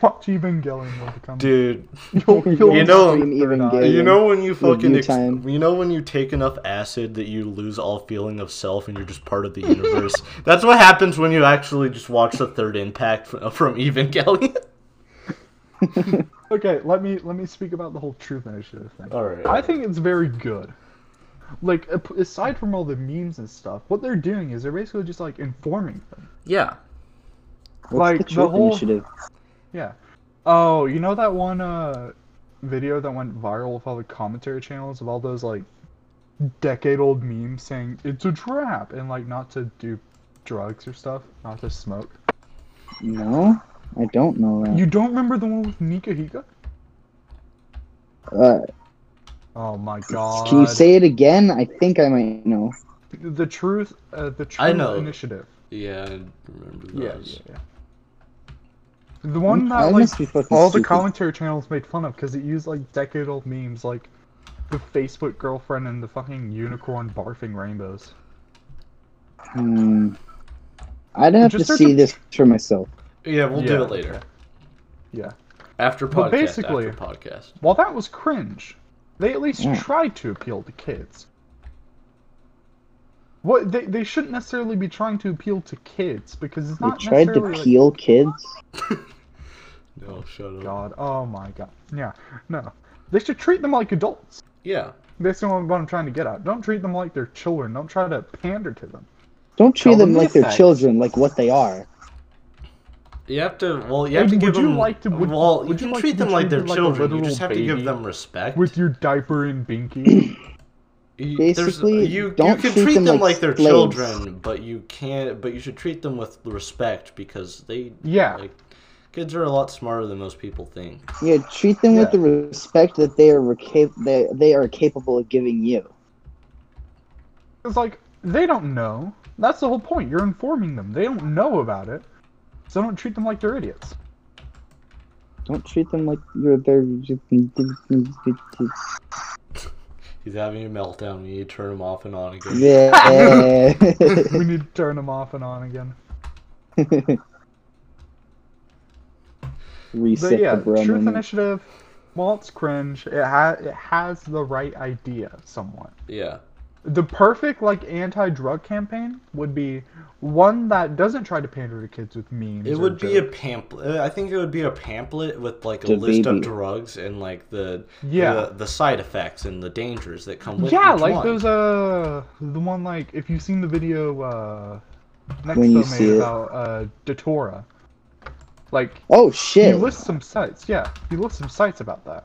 [SPEAKER 2] Watch Evangelion when it comes.
[SPEAKER 1] dude.
[SPEAKER 2] You'll-
[SPEAKER 1] You know-
[SPEAKER 4] Scream
[SPEAKER 2] They're not.
[SPEAKER 4] Evangelion.
[SPEAKER 1] You know when you fucking
[SPEAKER 4] Review
[SPEAKER 1] ex-
[SPEAKER 4] time.
[SPEAKER 1] you know when you take enough acid that you lose all feeling of self and you're just part of the universe. That's what happens when you actually just watch the third impact from, from Evangelion.
[SPEAKER 2] Okay, let me let me speak about the whole Truth Initiative thing.
[SPEAKER 1] all right.
[SPEAKER 2] I think it's very good. Like ap- aside from all the memes and stuff, what they're doing is they're basically just like informing them.
[SPEAKER 1] yeah.
[SPEAKER 4] What's
[SPEAKER 2] like,
[SPEAKER 4] the
[SPEAKER 2] the
[SPEAKER 4] truth
[SPEAKER 2] whole-
[SPEAKER 4] initiative?
[SPEAKER 2] Yeah. Oh, you know that one uh video that went viral with all the commentary channels of all those like decade-old memes saying it's a trap and like not to do drugs or stuff, not to smoke.
[SPEAKER 4] No, I don't know that.
[SPEAKER 2] You don't remember the one with Nika Hika?
[SPEAKER 4] Uh,
[SPEAKER 2] Oh my god.
[SPEAKER 4] can you say it again? I think I might know.
[SPEAKER 2] the truth? Uh, the truth
[SPEAKER 1] I know.
[SPEAKER 2] initiative.
[SPEAKER 1] Yeah, I remember those.
[SPEAKER 2] yeah. The one
[SPEAKER 4] I
[SPEAKER 2] that like
[SPEAKER 4] must be fucking
[SPEAKER 2] all the
[SPEAKER 4] stupid.
[SPEAKER 2] commentary channels made fun of because it used like decade-old memes like the Facebook girlfriend and the fucking unicorn barfing rainbows.
[SPEAKER 4] Hmm. I'd have
[SPEAKER 2] Just
[SPEAKER 4] to
[SPEAKER 2] search
[SPEAKER 4] see
[SPEAKER 2] up-
[SPEAKER 4] this for myself.
[SPEAKER 1] Yeah, we'll
[SPEAKER 2] Yeah,
[SPEAKER 1] do it later.
[SPEAKER 2] okay. Yeah.
[SPEAKER 1] After podcast.
[SPEAKER 2] But basically-
[SPEAKER 1] after podcast.
[SPEAKER 2] While that was cringe, they at least
[SPEAKER 4] Yeah.
[SPEAKER 2] tried to appeal to kids. What they, they shouldn't necessarily be trying to appeal to kids because it's
[SPEAKER 4] They
[SPEAKER 2] not
[SPEAKER 4] tried to
[SPEAKER 2] necessarily like-
[SPEAKER 4] peel kids.
[SPEAKER 1] No, shut up.
[SPEAKER 2] God, oh my god. Yeah, no. They should treat them like adults.
[SPEAKER 1] Yeah.
[SPEAKER 2] That's the one- what I'm trying to get at. Don't treat them like they're children. Don't try to pander to them.
[SPEAKER 4] Don't treat
[SPEAKER 2] Tell
[SPEAKER 4] them
[SPEAKER 2] them the
[SPEAKER 4] like they're
[SPEAKER 2] facts.
[SPEAKER 4] children, like what they are.
[SPEAKER 1] You have to. Well, you have
[SPEAKER 2] Would-
[SPEAKER 1] to give
[SPEAKER 2] would you
[SPEAKER 1] them.
[SPEAKER 2] like to- would-
[SPEAKER 1] well, you
[SPEAKER 2] would you
[SPEAKER 1] can
[SPEAKER 2] like
[SPEAKER 1] treat
[SPEAKER 2] to be
[SPEAKER 1] them like
[SPEAKER 2] treated
[SPEAKER 1] they're
[SPEAKER 2] like a
[SPEAKER 1] children. You
[SPEAKER 2] literal
[SPEAKER 1] just have to give
[SPEAKER 2] baby?
[SPEAKER 1] them respect.
[SPEAKER 2] With your diaper and binky.
[SPEAKER 1] You- there's-
[SPEAKER 4] Basically,
[SPEAKER 1] you,
[SPEAKER 4] don't
[SPEAKER 1] you can
[SPEAKER 4] treat
[SPEAKER 1] treat
[SPEAKER 4] them
[SPEAKER 1] them,
[SPEAKER 4] like
[SPEAKER 1] like they're
[SPEAKER 4] slaves.
[SPEAKER 1] children, but you can't. But you should treat them with respect because they.
[SPEAKER 2] Yeah.
[SPEAKER 1] Like, kids are a lot smarter than most people think.
[SPEAKER 4] Yeah, treat them with the
[SPEAKER 2] Yeah.
[SPEAKER 4] respect that they are reca- they, they are capable of giving you.
[SPEAKER 2] It's like, they don't know. That's the whole point. You're informing them. They don't know about it. So don't treat them like they're idiots.
[SPEAKER 4] Don't treat them like you're they're.
[SPEAKER 1] He's having a meltdown. when You turn him off and on again.
[SPEAKER 4] Yeah.
[SPEAKER 2] we need to turn them off and on again.
[SPEAKER 4] Reset
[SPEAKER 2] But yeah,
[SPEAKER 4] the bro
[SPEAKER 2] Truth
[SPEAKER 4] moment.
[SPEAKER 2] Initiative, while it's cringe, it, ha- it has the right idea somewhat.
[SPEAKER 1] Yeah.
[SPEAKER 2] The perfect like anti-drug campaign would be one that doesn't try to pander to kids with memes.
[SPEAKER 1] It
[SPEAKER 2] or
[SPEAKER 1] would be a
[SPEAKER 2] jokes.
[SPEAKER 1] pamphlet. uh, I think it would be a pamphlet with like a
[SPEAKER 4] The
[SPEAKER 1] list
[SPEAKER 4] baby.
[SPEAKER 1] of drugs and like the
[SPEAKER 2] Yeah.
[SPEAKER 1] the, the side effects and the dangers that come with
[SPEAKER 2] yeah,
[SPEAKER 1] each
[SPEAKER 2] like
[SPEAKER 1] one.
[SPEAKER 2] those uh the one like if you've seen the video uh next
[SPEAKER 4] When you
[SPEAKER 2] made
[SPEAKER 4] see it.
[SPEAKER 2] about uh Datora. Like
[SPEAKER 4] Oh
[SPEAKER 2] he
[SPEAKER 4] shit!
[SPEAKER 2] lists some sites, yeah. He lists some sites about that.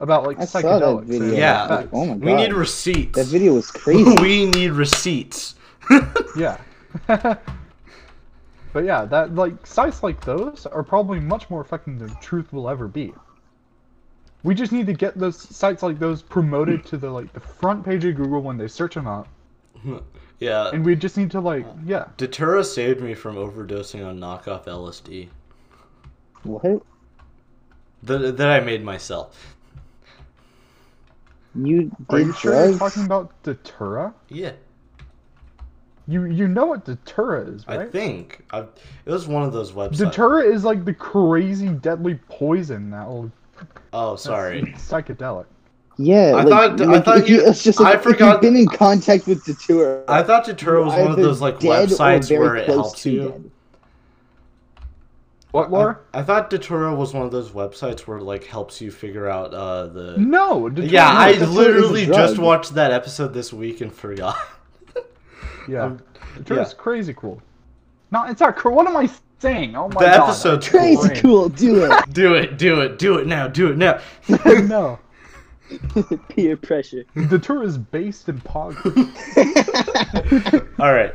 [SPEAKER 2] About like
[SPEAKER 4] I saw that
[SPEAKER 2] psychedelics. and
[SPEAKER 4] video.
[SPEAKER 1] Yeah.
[SPEAKER 2] effects.
[SPEAKER 4] Oh my god.
[SPEAKER 1] we need receipts.
[SPEAKER 4] that video was crazy.
[SPEAKER 1] we need receipts.
[SPEAKER 2] Yeah. But yeah, that like sites like those are probably much more effective than Truth will ever be. We just need to get those sites like those promoted to the like the front page of Google when they search them up,
[SPEAKER 1] yeah.
[SPEAKER 2] and we just need to like yeah,
[SPEAKER 1] Datura saved me from overdosing on knockoff LSD
[SPEAKER 4] What?
[SPEAKER 1] that, that I made myself.
[SPEAKER 4] You
[SPEAKER 2] Are
[SPEAKER 4] did
[SPEAKER 2] you sure you're
[SPEAKER 4] drugs?
[SPEAKER 2] talking about Datura?
[SPEAKER 1] Yeah,
[SPEAKER 2] You you know what Datura is,
[SPEAKER 1] I
[SPEAKER 2] right?
[SPEAKER 1] think I, it was one of those websites.
[SPEAKER 2] Datura is like the crazy deadly poison that will
[SPEAKER 1] oh,
[SPEAKER 2] that's
[SPEAKER 1] sorry.
[SPEAKER 2] psychedelic.
[SPEAKER 4] Yeah,
[SPEAKER 1] I
[SPEAKER 4] like,
[SPEAKER 1] thought- I
[SPEAKER 4] like,
[SPEAKER 1] thought
[SPEAKER 4] if you,
[SPEAKER 1] you-
[SPEAKER 4] it's just like
[SPEAKER 1] I
[SPEAKER 4] if you've
[SPEAKER 1] forgot-
[SPEAKER 4] been in contact with Datura.
[SPEAKER 1] I thought Datura was one of those like websites where it helps you.
[SPEAKER 2] What, Laura?
[SPEAKER 1] I, I thought Datura was one of those websites where like helps you figure out uh the.
[SPEAKER 2] No, Datura,
[SPEAKER 1] Yeah, I
[SPEAKER 4] Datura is a
[SPEAKER 1] literally just
[SPEAKER 4] drug.
[SPEAKER 1] watched that episode this week and forgot.
[SPEAKER 2] Oh yeah,
[SPEAKER 1] um,
[SPEAKER 2] Datura's crazy cool. No, it's not cool. What am I saying? Oh my
[SPEAKER 1] the
[SPEAKER 2] god,
[SPEAKER 1] episode's
[SPEAKER 4] Crazy
[SPEAKER 2] Boring.
[SPEAKER 4] cool, do it.
[SPEAKER 1] Do it, do it, do it now, do it now.
[SPEAKER 2] no.
[SPEAKER 4] Peer pressure.
[SPEAKER 2] The tour is based in Pog.
[SPEAKER 1] All right.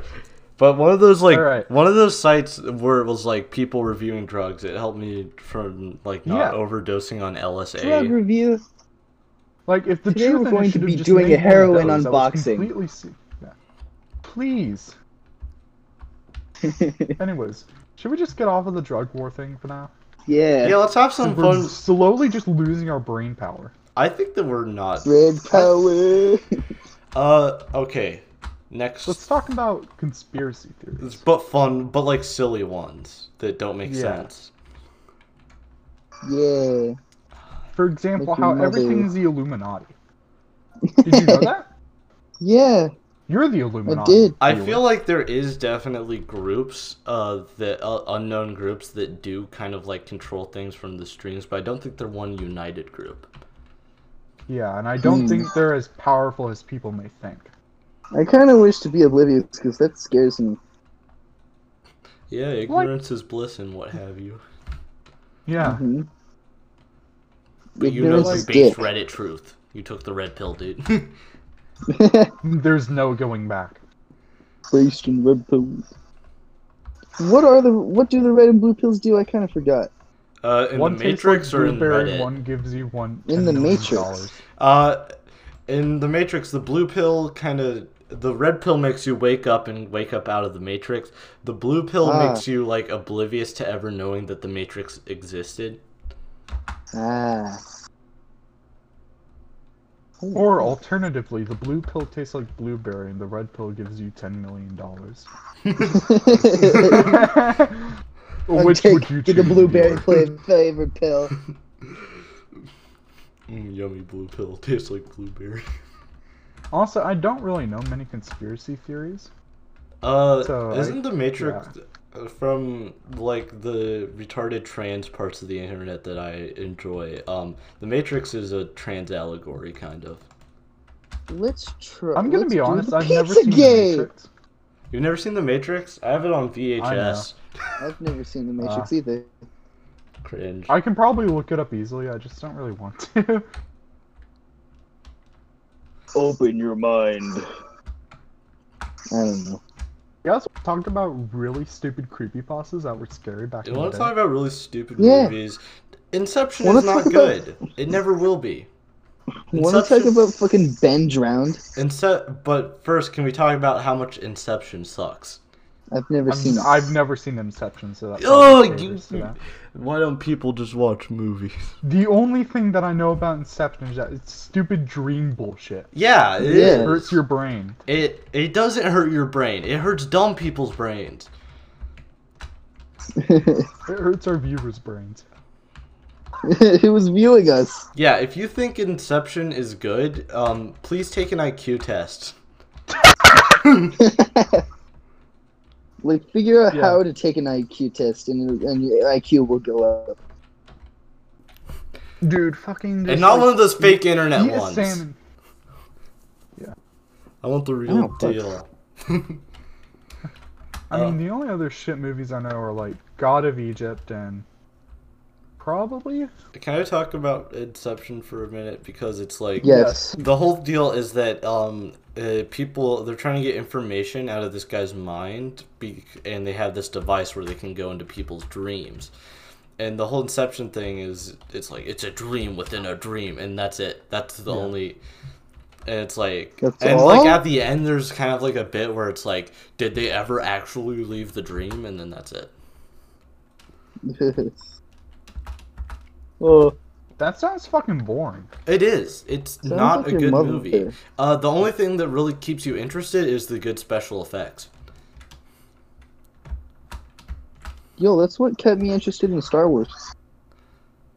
[SPEAKER 1] But one of those like
[SPEAKER 2] All right.
[SPEAKER 1] one of those sites where it was like people reviewing drugs, it helped me from like not
[SPEAKER 2] Yeah.
[SPEAKER 1] overdosing on LSA.
[SPEAKER 4] Drug review.
[SPEAKER 2] Like if the
[SPEAKER 4] Today
[SPEAKER 2] truth
[SPEAKER 4] we're going to
[SPEAKER 2] Initiative
[SPEAKER 4] be
[SPEAKER 2] just
[SPEAKER 4] doing
[SPEAKER 2] made
[SPEAKER 4] a heroin
[SPEAKER 2] one of those, I was
[SPEAKER 4] unboxing.
[SPEAKER 2] Completely se- yeah. Please. Anyways, should we just get off of the drug war thing for now?
[SPEAKER 1] Yeah,
[SPEAKER 4] yeah.
[SPEAKER 1] let's have some
[SPEAKER 2] We're
[SPEAKER 1] fun.
[SPEAKER 2] slowly just losing our brain power.
[SPEAKER 1] I think that we're not.
[SPEAKER 4] Red power.
[SPEAKER 1] Uh, okay.
[SPEAKER 2] Let's
[SPEAKER 1] Next,
[SPEAKER 2] talk about conspiracy theories.
[SPEAKER 1] but fun, but like silly ones that don't make
[SPEAKER 2] Yeah.
[SPEAKER 1] sense.
[SPEAKER 4] yeah.
[SPEAKER 2] For example,
[SPEAKER 4] Like
[SPEAKER 2] how
[SPEAKER 4] another-
[SPEAKER 2] everything's the Illuminati. Did you know that?
[SPEAKER 4] Yeah.
[SPEAKER 2] You're the Illuminati.
[SPEAKER 4] did.
[SPEAKER 1] I
[SPEAKER 2] Felix.
[SPEAKER 1] feel like there is definitely groups, uh, that uh, unknown groups that do kind of like control things from the strings, but I don't think they're one united group.
[SPEAKER 2] Yeah, and I don't
[SPEAKER 4] Hmm.
[SPEAKER 2] think they're as powerful as people may think.
[SPEAKER 4] I kind of wish to be oblivious because that scares me.
[SPEAKER 1] Yeah, ignorance is bliss and what have you.
[SPEAKER 2] Yeah.
[SPEAKER 4] Mhm.
[SPEAKER 1] But you know
[SPEAKER 4] Ignorance
[SPEAKER 1] the
[SPEAKER 4] is
[SPEAKER 1] base
[SPEAKER 4] dick.
[SPEAKER 1] Reddit truth. You took the red pill, dude.
[SPEAKER 4] Mm-hmm.
[SPEAKER 2] There's no going back.
[SPEAKER 4] Placed in red pills. What are the what do the red and blue pills do? I kind of forgot.
[SPEAKER 1] uh, in the
[SPEAKER 2] tastes
[SPEAKER 1] Matrix
[SPEAKER 2] like
[SPEAKER 1] or in
[SPEAKER 2] blueberry,
[SPEAKER 1] Reddit?
[SPEAKER 2] One gives you one.
[SPEAKER 4] In the
[SPEAKER 2] $10 million
[SPEAKER 4] Matrix.
[SPEAKER 2] dollars.
[SPEAKER 1] Uh, in the Matrix, the blue pill kind of the red pill makes you wake up and wake up out of the Matrix. The blue pill
[SPEAKER 4] Ah.
[SPEAKER 1] makes you like oblivious to ever knowing that the Matrix existed.
[SPEAKER 4] Ah.
[SPEAKER 2] Or alternatively, the blue pill tastes like blueberry, and the red pill gives you ten million dollars. Which
[SPEAKER 4] take
[SPEAKER 2] would you choose?
[SPEAKER 4] the blueberry
[SPEAKER 2] Dior?
[SPEAKER 4] flavor favorite pill.
[SPEAKER 1] Mm, yummy blue pill tastes like blueberry.
[SPEAKER 2] Also, I don't really know many conspiracy theories.
[SPEAKER 1] Uh,
[SPEAKER 2] So, I-
[SPEAKER 1] isn't the Matrix uh from like the retarded trans parts of the internet that I enjoy? Um, the Matrix is a trans allegory, kind of.
[SPEAKER 4] Let's try.
[SPEAKER 2] I'm gonna
[SPEAKER 4] let's
[SPEAKER 2] be
[SPEAKER 4] do
[SPEAKER 2] honest.
[SPEAKER 4] the
[SPEAKER 2] I've never
[SPEAKER 4] pizza
[SPEAKER 2] seen
[SPEAKER 4] game.
[SPEAKER 2] the Matrix.
[SPEAKER 1] You've never seen the Matrix? I have it on VHS.
[SPEAKER 4] I've never seen the Matrix
[SPEAKER 2] Ah.
[SPEAKER 4] either.
[SPEAKER 1] Cringe.
[SPEAKER 2] I can probably look it up easily. I just don't really want to.
[SPEAKER 4] Open your mind. I don't know.
[SPEAKER 2] You guys talked about really stupid creepypastas that were scary back
[SPEAKER 1] You
[SPEAKER 2] in the
[SPEAKER 1] want
[SPEAKER 2] day.
[SPEAKER 1] to talk about really stupid
[SPEAKER 4] Yeah.
[SPEAKER 1] movies? Inception
[SPEAKER 4] Wanna
[SPEAKER 1] is not
[SPEAKER 4] talk about-
[SPEAKER 1] good. It never will be.
[SPEAKER 4] Want to talk
[SPEAKER 1] Inception-
[SPEAKER 4] about fucking Ben drowned?
[SPEAKER 1] Ince- but first, can we talk about how much Inception sucks?
[SPEAKER 4] I've never
[SPEAKER 2] I'm-
[SPEAKER 4] seen.
[SPEAKER 2] I've never seen Inception, so that's
[SPEAKER 1] Oh,
[SPEAKER 2] probably
[SPEAKER 1] you-
[SPEAKER 2] favors to that.
[SPEAKER 1] Why don't people just watch movies?
[SPEAKER 2] The only thing that I know about Inception is that it's stupid dream bullshit.
[SPEAKER 1] Yeah, it
[SPEAKER 4] Yeah.
[SPEAKER 2] It
[SPEAKER 1] is.
[SPEAKER 2] hurts your brain.
[SPEAKER 1] It it doesn't hurt your brain. It hurts dumb people's brains.
[SPEAKER 2] It hurts our viewers' brains.
[SPEAKER 4] Who was viewing us?
[SPEAKER 1] Yeah, if you think Inception is good, um, please take an IQ test.
[SPEAKER 4] Like, figure out
[SPEAKER 2] Yeah.
[SPEAKER 4] how to take an IQ test, and, it'll- and your IQ will go up.
[SPEAKER 2] Dude, fucking.
[SPEAKER 1] And not one of those fake internet
[SPEAKER 2] eat a
[SPEAKER 1] ones.
[SPEAKER 2] salmon.
[SPEAKER 1] I want the real
[SPEAKER 4] Oh, fuck.
[SPEAKER 1] deal.
[SPEAKER 2] I mean, the only other shit movies I know are like God of Egypt and Probably.
[SPEAKER 1] Can I talk about Inception for a minute because it's like
[SPEAKER 4] Yes.
[SPEAKER 1] the whole deal is that um uh, people they're trying to get information out of this guy's mind be- and they have this device where they can go into people's dreams. And the whole Inception thing is it's like it's a dream within a dream and that's it. That's the only and it's like
[SPEAKER 4] That's
[SPEAKER 1] and like
[SPEAKER 4] all?
[SPEAKER 1] at the end there's kind of like a bit where it's like did they ever actually leave the dream and then that's it.
[SPEAKER 4] oh,
[SPEAKER 2] That sounds fucking boring.
[SPEAKER 1] It is. It's
[SPEAKER 4] Sounds
[SPEAKER 1] not
[SPEAKER 4] like
[SPEAKER 1] a
[SPEAKER 4] your
[SPEAKER 1] good
[SPEAKER 4] mother.
[SPEAKER 1] movie. Uh, the only thing that really keeps you interested is the good special effects.
[SPEAKER 4] yo, that's what kept me interested in Star Wars.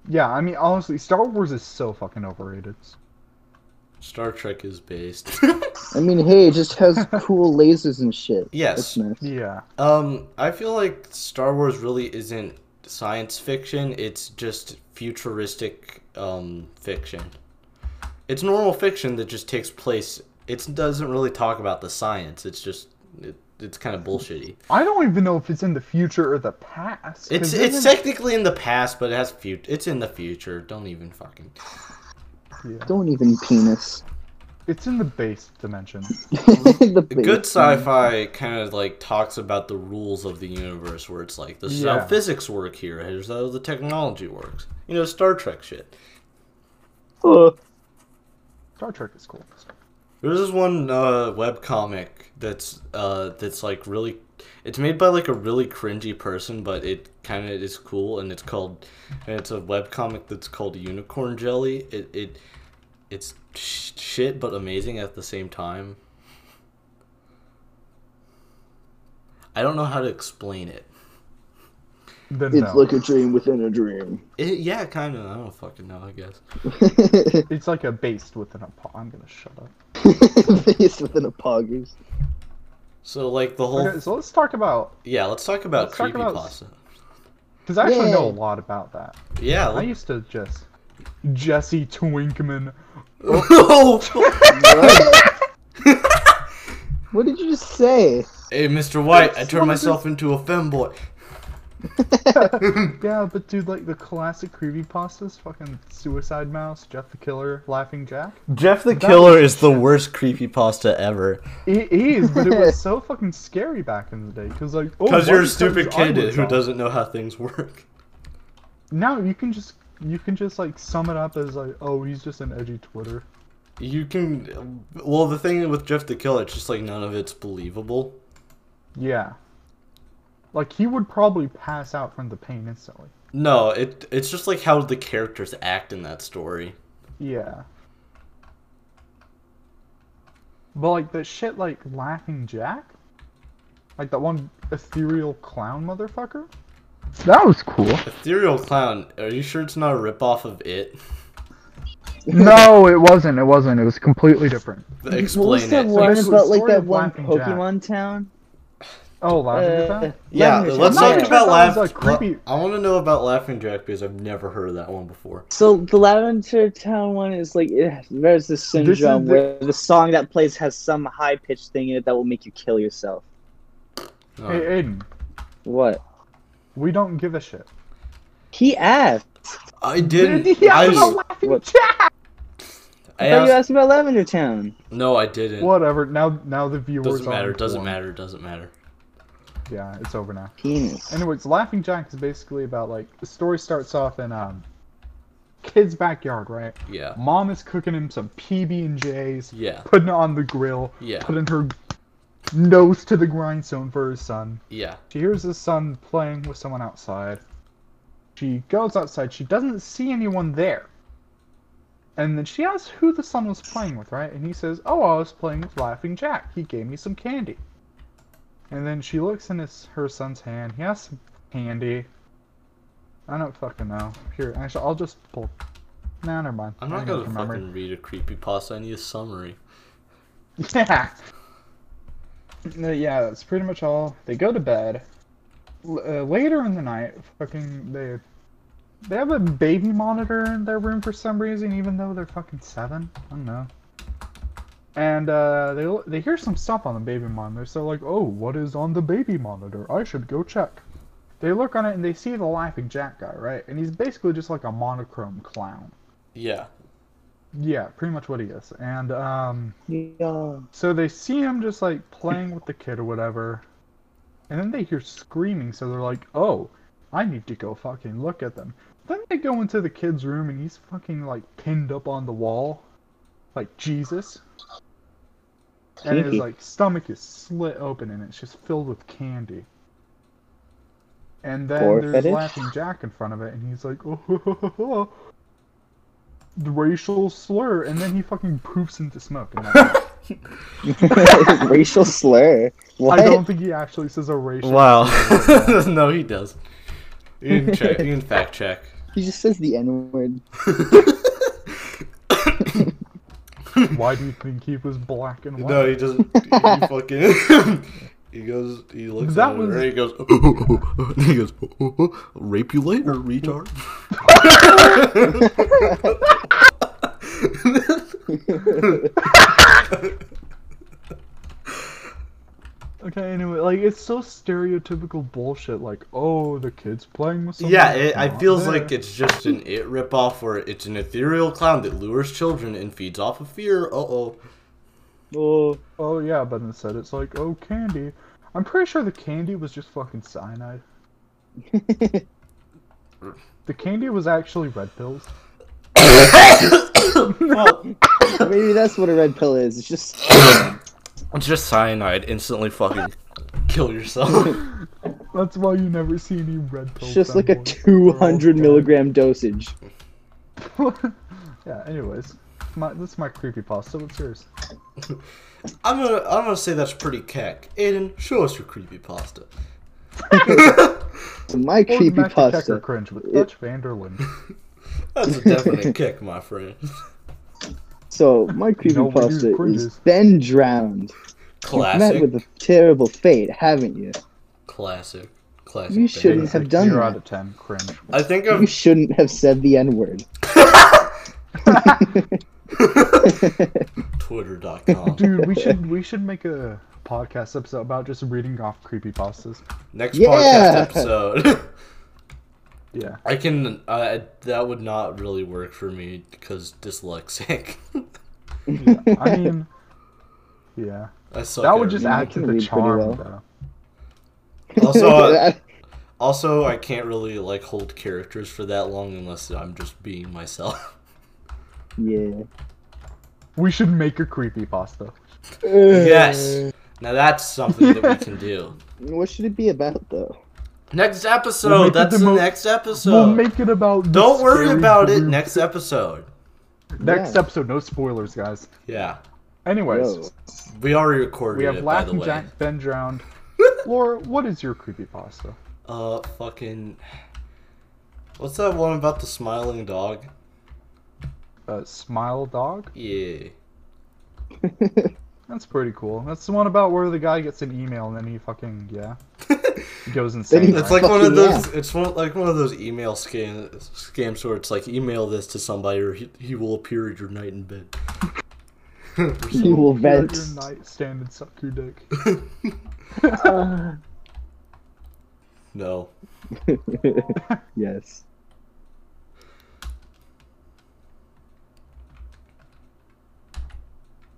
[SPEAKER 2] Yeah, I mean, honestly, Star Wars is so fucking overrated.
[SPEAKER 1] Star Trek is based.
[SPEAKER 4] I mean, hey, it just has cool lasers and shit.
[SPEAKER 1] Yes.
[SPEAKER 4] That's nice.
[SPEAKER 2] Yeah.
[SPEAKER 1] um, I feel like Star Wars really isn't science fiction. It's just futuristic um, fiction. It's normal fiction that just takes place. It doesn't really talk about the science. It's just it, it's kind of bullshitty.
[SPEAKER 2] I don't even know if it's in the future or the past. 'cause
[SPEAKER 1] It's
[SPEAKER 2] they
[SPEAKER 1] it's
[SPEAKER 2] didn't-
[SPEAKER 1] technically in the past, but it has fut. It's in the future. Don't even fucking.
[SPEAKER 2] Yeah.
[SPEAKER 4] Don't even penis.
[SPEAKER 2] It's in the base dimension.
[SPEAKER 4] the base.
[SPEAKER 1] Mm-hmm. good sci-fi kind of like talks about the rules of the universe where it's like this is how
[SPEAKER 2] Yeah.
[SPEAKER 1] physics work here here's how the technology works you know star trek shit
[SPEAKER 4] Oh,
[SPEAKER 2] Star Trek is cool.
[SPEAKER 1] there's this one uh, webcomic that's uh, that's like really it's made by like a really cringy person but it kind of is cool and it's called and it's a webcomic that's called unicorn jelly it, it it's sh- shit but amazing at the same time i don't know how to explain it
[SPEAKER 2] Then
[SPEAKER 4] it's
[SPEAKER 2] no.
[SPEAKER 4] like a dream within a dream.
[SPEAKER 1] It, yeah, kind of. I don't fucking know. I guess.
[SPEAKER 2] It's like a base within a pot. I'm gonna shut up.
[SPEAKER 4] Face within a poggers.
[SPEAKER 1] So like the whole
[SPEAKER 2] Okay, so let's talk about
[SPEAKER 1] yeah. Let's talk about
[SPEAKER 2] Let's talk
[SPEAKER 1] creepy
[SPEAKER 2] about-
[SPEAKER 1] pasta.
[SPEAKER 2] because I actually know a
[SPEAKER 4] Yay.
[SPEAKER 2] lot about that.
[SPEAKER 1] Yeah.
[SPEAKER 2] I
[SPEAKER 1] let-
[SPEAKER 2] used to just Jesse Twinkman.
[SPEAKER 1] Oh,
[SPEAKER 4] What did you just say?
[SPEAKER 1] hey, Mr. White, I turned myself into a femboy.
[SPEAKER 2] Yeah, but dude, like the classic creepypastas, fucking Suicide Mouse, Jeff the Killer, Laughing Jack.
[SPEAKER 1] Jeff the
[SPEAKER 2] Killer
[SPEAKER 1] is the worst creepy pasta ever.
[SPEAKER 2] It is, but it was so fucking scary back in the day. Because like, oh,
[SPEAKER 1] Because
[SPEAKER 2] why
[SPEAKER 1] you're a
[SPEAKER 2] did
[SPEAKER 1] stupid
[SPEAKER 2] somebody's
[SPEAKER 1] kid
[SPEAKER 2] eyelids
[SPEAKER 1] who
[SPEAKER 2] off?
[SPEAKER 1] doesn't know how things work.
[SPEAKER 2] Now you can just you can just like sum it up as like, oh, he's just an edgy Twitter.
[SPEAKER 1] You can. Well, the thing with Jeff the Killer, it's just like none of it's believable.
[SPEAKER 2] Yeah. Like he would probably pass out from the pain instantly.
[SPEAKER 1] No, it it's just like how the characters act in that story.
[SPEAKER 2] Yeah. But like the shit like Laughing Jack? Like that one ethereal clown motherfucker? That was cool.
[SPEAKER 1] Ethereal Clown, are you sure it's not a ripoff of it?
[SPEAKER 2] no, it wasn't. It wasn't. It was completely different.
[SPEAKER 1] Explain
[SPEAKER 4] What was that
[SPEAKER 1] it.
[SPEAKER 4] one
[SPEAKER 2] Basically,
[SPEAKER 4] about, like
[SPEAKER 2] story
[SPEAKER 4] that
[SPEAKER 2] of
[SPEAKER 4] one
[SPEAKER 2] Laughing Jack.
[SPEAKER 3] Pokemon Town.
[SPEAKER 2] Oh, Lavender
[SPEAKER 3] Uh,
[SPEAKER 2] Town?
[SPEAKER 1] Yeah,
[SPEAKER 3] Lavender
[SPEAKER 1] let's
[SPEAKER 3] Town,
[SPEAKER 1] talk
[SPEAKER 3] yeah.
[SPEAKER 1] about
[SPEAKER 2] That was,
[SPEAKER 1] laugh.
[SPEAKER 2] like, creepy.
[SPEAKER 1] I want to know about Laughing Jack because I've never heard of that one before.
[SPEAKER 3] So the Lavender Town one is like it, there's this
[SPEAKER 2] is
[SPEAKER 3] syndrome
[SPEAKER 2] the-
[SPEAKER 3] where the song that plays has some high pitched thing in it that will make you kill yourself.
[SPEAKER 1] All
[SPEAKER 2] Hey,
[SPEAKER 1] right.
[SPEAKER 2] Aiden,
[SPEAKER 3] What?
[SPEAKER 2] we don't give a shit.
[SPEAKER 3] He asked.
[SPEAKER 1] I didn't.
[SPEAKER 2] Yeah,
[SPEAKER 1] I,
[SPEAKER 2] I'm
[SPEAKER 1] just-
[SPEAKER 2] not Laughing
[SPEAKER 3] What?
[SPEAKER 2] Jack!
[SPEAKER 1] I
[SPEAKER 3] I thought you
[SPEAKER 1] asked-
[SPEAKER 3] asked about Lavender Town.
[SPEAKER 1] no, I didn't.
[SPEAKER 2] Whatever. Now, now the viewers
[SPEAKER 1] Doesn't
[SPEAKER 2] are
[SPEAKER 1] matter. Doesn't
[SPEAKER 2] informed.
[SPEAKER 1] matter. Doesn't matter.
[SPEAKER 2] Yeah, it's over now.
[SPEAKER 4] Penis.
[SPEAKER 2] Anyways, Laughing Jack is basically about like the story starts off in um kid's backyard, right?
[SPEAKER 1] Yeah.
[SPEAKER 2] Mom is cooking him some PB and J's,
[SPEAKER 1] Yeah.
[SPEAKER 2] putting it on the grill,
[SPEAKER 1] Yeah.
[SPEAKER 2] putting her nose to the grindstone for her son.
[SPEAKER 1] Yeah.
[SPEAKER 2] She hears his son playing with someone outside. She goes outside. She doesn't see anyone there. And then she asks who the son was playing with, right? And he says, "Oh, I was playing with Laughing Jack. He gave me some candy." And then she looks in his her son's hand. He has some candy. I don't fucking know. Here, actually, I'll just pull. Nah, never mind.
[SPEAKER 1] I'm
[SPEAKER 2] I
[SPEAKER 1] not
[SPEAKER 2] don't
[SPEAKER 1] gonna
[SPEAKER 2] remember.
[SPEAKER 1] fucking read a creepy pasta. I need a summary.
[SPEAKER 2] Yeah. Uh, Yeah, that's pretty much all. They go to bed. L- uh, later in the night, fucking they they have a baby monitor in their room for some reason, even though they're fucking seven. I don't know. And uh, they l- they hear some stuff on the baby monitor, so like, oh, what is on the baby monitor? I should go check. They look on it and they see the Laughing Jack guy, right? And he's basically just like a monochrome clown.
[SPEAKER 1] Yeah.
[SPEAKER 2] Yeah, pretty much what he is. And um,
[SPEAKER 4] Yeah.
[SPEAKER 2] so they see him just like playing with the kid or whatever, and then they hear screaming. So they're like, "Oh, I need to go fucking look at them." Then they go into the kid's room and he's fucking like pinned up on the wall, like Jesus. And his
[SPEAKER 4] Kinky.
[SPEAKER 2] like stomach is slit open and it's just filled with candy. And then
[SPEAKER 4] Or
[SPEAKER 2] there's
[SPEAKER 4] fetish?
[SPEAKER 2] Laughing Jack in front of it, and he's like, oh, ho, ho, ho, ho." The racial slur, and then he fucking poofs into smoke. And that's it.
[SPEAKER 4] Racial slur. What?
[SPEAKER 2] I don't think he actually says a racial.
[SPEAKER 1] Wow. no, he does. You can check. You can fact check.
[SPEAKER 4] He just says the N word.
[SPEAKER 2] Why do you think he was black and white?
[SPEAKER 1] No, he doesn't. He fucking. he goes. He looks
[SPEAKER 2] That
[SPEAKER 1] at her
[SPEAKER 2] was-
[SPEAKER 1] and he goes. and he goes. rape you later, retard.
[SPEAKER 2] Okay, anyway, like it's so stereotypical bullshit. Like, oh, the kid's playing with someone.
[SPEAKER 1] yeah,
[SPEAKER 2] that's
[SPEAKER 1] it, I
[SPEAKER 2] not
[SPEAKER 1] feels
[SPEAKER 2] there.
[SPEAKER 1] like it's just an it ripoff where it's an ethereal clown that lures children and feeds off of fear. Uh oh.
[SPEAKER 4] Oh.
[SPEAKER 2] Oh yeah, but instead it's like, oh, candy. I'm pretty sure the candy was just fucking cyanide. The candy was actually red pills.
[SPEAKER 4] Maybe that's what a red pill is. It's just
[SPEAKER 1] It's just cyanide. Instantly fucking kill yourself.
[SPEAKER 2] That's why you never see any red
[SPEAKER 4] it's
[SPEAKER 2] pills.
[SPEAKER 4] just like a
[SPEAKER 2] anymore.
[SPEAKER 4] 200
[SPEAKER 2] They're all
[SPEAKER 4] milligram dosage.
[SPEAKER 2] dead. yeah. Anyways, my, this is my creepy pasta. What's yours?
[SPEAKER 1] I'm gonna I'm gonna say that's pretty keck. Aiden, show us your creepy pasta.
[SPEAKER 4] So my creepy
[SPEAKER 2] Mac and Checker
[SPEAKER 4] pasta.
[SPEAKER 2] cringe with Dutch Vanderlyn.
[SPEAKER 1] That's a definite kick, my friend.
[SPEAKER 4] So my creepy
[SPEAKER 2] No, we do
[SPEAKER 4] pasta
[SPEAKER 2] cringes.
[SPEAKER 4] is been drowned. Met
[SPEAKER 1] Classic,
[SPEAKER 4] with a terrible fate, haven't you?
[SPEAKER 1] classic, classic.
[SPEAKER 4] You
[SPEAKER 1] band.
[SPEAKER 4] shouldn't have done
[SPEAKER 2] Zero out
[SPEAKER 4] that.
[SPEAKER 2] of ten cringe.
[SPEAKER 1] I think
[SPEAKER 4] You
[SPEAKER 1] of
[SPEAKER 4] shouldn't have said the N word.
[SPEAKER 1] Twitter.com.
[SPEAKER 2] Dude, we should we should make a podcast episode about just reading off creepy pastas.
[SPEAKER 1] Next
[SPEAKER 4] Yeah!
[SPEAKER 1] podcast episode.
[SPEAKER 2] Yeah.
[SPEAKER 1] I can. Uh, that would not really work for me because dyslexic.
[SPEAKER 2] I mean, yeah,
[SPEAKER 1] I suck
[SPEAKER 2] that
[SPEAKER 1] at
[SPEAKER 2] would just
[SPEAKER 1] reading.
[SPEAKER 2] add to
[SPEAKER 4] can
[SPEAKER 2] the
[SPEAKER 4] read pretty
[SPEAKER 2] charm,
[SPEAKER 4] well.
[SPEAKER 2] though.
[SPEAKER 1] Also, uh,
[SPEAKER 4] That-
[SPEAKER 1] also, I can't really like hold characters for that long unless I'm just being myself.
[SPEAKER 4] yeah.
[SPEAKER 2] We should make a creepy pasta.
[SPEAKER 1] yes. Now that's something that we can do.
[SPEAKER 4] What should it be about though?
[SPEAKER 1] Next episode.
[SPEAKER 2] We'll make it
[SPEAKER 1] That's
[SPEAKER 2] the
[SPEAKER 1] the,
[SPEAKER 2] mo-
[SPEAKER 1] next episode.
[SPEAKER 2] we'll make it about. the
[SPEAKER 1] Don't worry
[SPEAKER 2] scary
[SPEAKER 1] about it.
[SPEAKER 2] blue-
[SPEAKER 1] Next episode.
[SPEAKER 2] next
[SPEAKER 4] Yeah.
[SPEAKER 2] episode. No spoilers, guys.
[SPEAKER 1] Yeah,
[SPEAKER 2] Anyways,
[SPEAKER 4] Yo.
[SPEAKER 1] we already recorded
[SPEAKER 2] we have
[SPEAKER 1] it by the
[SPEAKER 2] Laughing
[SPEAKER 1] way.
[SPEAKER 2] Jack, Ben Drowned. Laura, what is your creepy pasta?
[SPEAKER 1] Uh, fucking. What's that one about the smiling dog?
[SPEAKER 2] Uh, Smile Dog.
[SPEAKER 1] Yeah.
[SPEAKER 2] That's pretty cool. That's the one about where the guy gets an email and then he fucking yeah goes
[SPEAKER 4] he-
[SPEAKER 2] insane.
[SPEAKER 1] It's like
[SPEAKER 2] right?
[SPEAKER 1] one of
[SPEAKER 4] Fucking
[SPEAKER 1] those. It's one like one of those email scam scams where it's like email this to somebody or he, he will appear at your night in bed.
[SPEAKER 4] You will
[SPEAKER 2] You're at
[SPEAKER 4] vent.
[SPEAKER 2] Your nightstand and suck your dick.
[SPEAKER 1] No.
[SPEAKER 4] yes.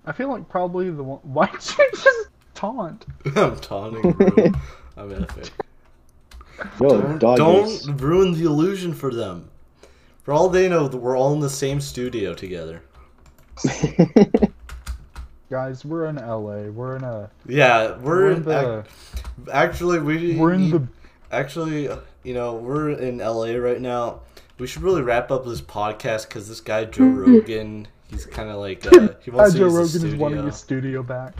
[SPEAKER 2] I feel like probably the one. Why'd you just taunt?
[SPEAKER 1] I'm taunting. Bro. I'm epic.
[SPEAKER 4] Yo, doggers.
[SPEAKER 1] Don't ruin the illusion for them. For all they know, we're all in the same studio together.
[SPEAKER 2] Guys, we're in LA. We're in a.
[SPEAKER 1] Yeah, we're,
[SPEAKER 2] We're
[SPEAKER 1] in
[SPEAKER 2] in the.
[SPEAKER 1] ac- actually we
[SPEAKER 2] We're in the.
[SPEAKER 1] actually uh, you know we're in LA right now. We should really wrap up this podcast because this guy Joe Rogan, he's kind of like uh, he
[SPEAKER 2] Uh,
[SPEAKER 1] wants to
[SPEAKER 2] Joe
[SPEAKER 1] use the
[SPEAKER 2] Rogan is wanting
[SPEAKER 1] studio.
[SPEAKER 2] his studio back.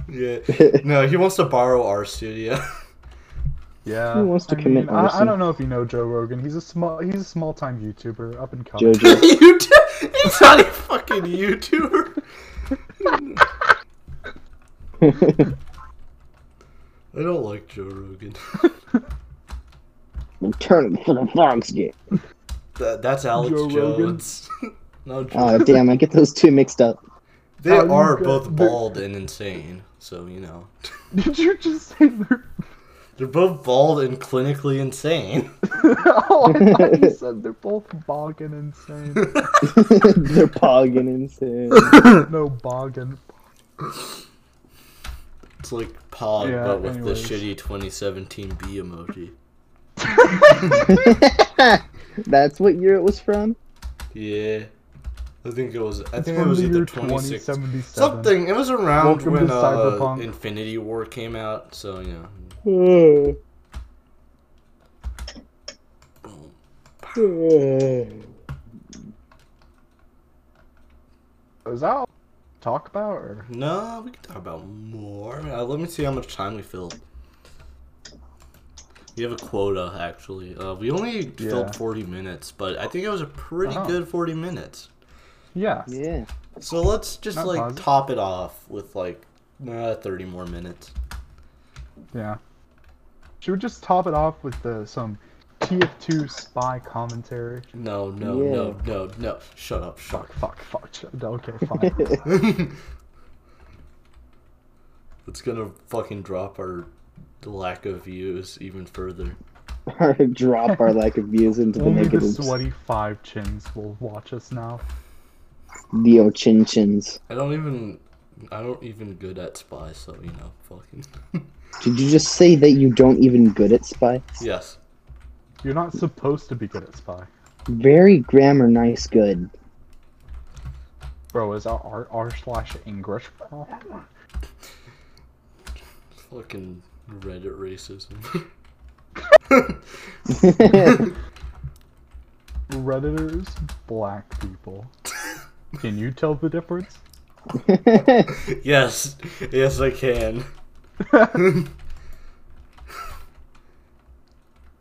[SPEAKER 1] Yeah, no, he wants to borrow our studio.
[SPEAKER 2] Yeah.
[SPEAKER 4] Who wants to
[SPEAKER 2] I
[SPEAKER 4] commit
[SPEAKER 2] mean, I, I
[SPEAKER 4] arson?
[SPEAKER 2] don't know if you know Joe Rogan. He's a small. He's a small time YouTuber up in coming.
[SPEAKER 4] Jojo.
[SPEAKER 1] you do- he's not a fucking YouTuber. I don't like Joe Rogan.
[SPEAKER 4] Return him to the Fox game.
[SPEAKER 1] That, that's Alex
[SPEAKER 2] Joe Rogan. Ah,
[SPEAKER 1] Jones. no, Joe.
[SPEAKER 4] Oh damn, I get those two mixed up.
[SPEAKER 1] they
[SPEAKER 2] How you
[SPEAKER 1] are
[SPEAKER 2] got-
[SPEAKER 1] both
[SPEAKER 2] they're-
[SPEAKER 1] bald and insane, so you know.
[SPEAKER 2] Did you just say they're
[SPEAKER 1] They're both bald and clinically insane.
[SPEAKER 2] oh, I thought you said they're both boggin insane.
[SPEAKER 4] They're pogging insane.
[SPEAKER 2] No boggin.
[SPEAKER 1] It's like Pog,
[SPEAKER 2] Yeah,
[SPEAKER 1] but with
[SPEAKER 2] anyways.
[SPEAKER 1] the shitty 2017 B emoji.
[SPEAKER 4] That's what year it was from.
[SPEAKER 1] Yeah. I think it was. I
[SPEAKER 2] Damn,
[SPEAKER 1] think it was
[SPEAKER 2] the
[SPEAKER 1] either
[SPEAKER 2] year
[SPEAKER 1] 26.
[SPEAKER 2] 2077.
[SPEAKER 1] Something. It was around
[SPEAKER 2] Welcome
[SPEAKER 1] when
[SPEAKER 2] to
[SPEAKER 1] uh,
[SPEAKER 2] Cyberpunk.
[SPEAKER 1] Infinity War came out, so you know.
[SPEAKER 4] Oh.
[SPEAKER 1] boom.
[SPEAKER 2] Is that all to talk about? Or...
[SPEAKER 1] No, we can talk about more. Uh, let me see how much time we filled. We have a quota, actually. Uh, we only
[SPEAKER 2] Yeah.
[SPEAKER 1] filled 40 minutes, but I think it was a pretty
[SPEAKER 2] Oh.
[SPEAKER 1] good 40 minutes.
[SPEAKER 2] Yeah.
[SPEAKER 4] Yeah.
[SPEAKER 1] So let's just
[SPEAKER 2] Not
[SPEAKER 1] like
[SPEAKER 2] positive.
[SPEAKER 1] top it off with like uh, 30 more minutes.
[SPEAKER 2] Yeah. Should we just top it off with the, some TF2 spy commentary?
[SPEAKER 1] No, no,
[SPEAKER 4] Yeah.
[SPEAKER 1] no, no, no. Shut up, shut
[SPEAKER 2] Fuck, fuck, fuck. sh- Okay, fine.
[SPEAKER 1] It's gonna fucking drop our lack of views even further.
[SPEAKER 4] Or drop our lack of views into the
[SPEAKER 2] Only the
[SPEAKER 4] negatives.
[SPEAKER 2] sweaty five chins will watch us now.
[SPEAKER 4] Dio chin chins.
[SPEAKER 1] I don't even. I don't even good at spy, so you know, fucking.
[SPEAKER 4] Did you just say that you don't even good at spy?
[SPEAKER 1] yes.
[SPEAKER 2] You're not supposed to be good at spy.
[SPEAKER 4] Very grammar nice good.
[SPEAKER 2] Bro, is that R R slash English? bro?
[SPEAKER 1] Fucking Reddit racism.
[SPEAKER 2] Redditors, black people. Can you tell the difference?
[SPEAKER 1] yes. Yes, I can.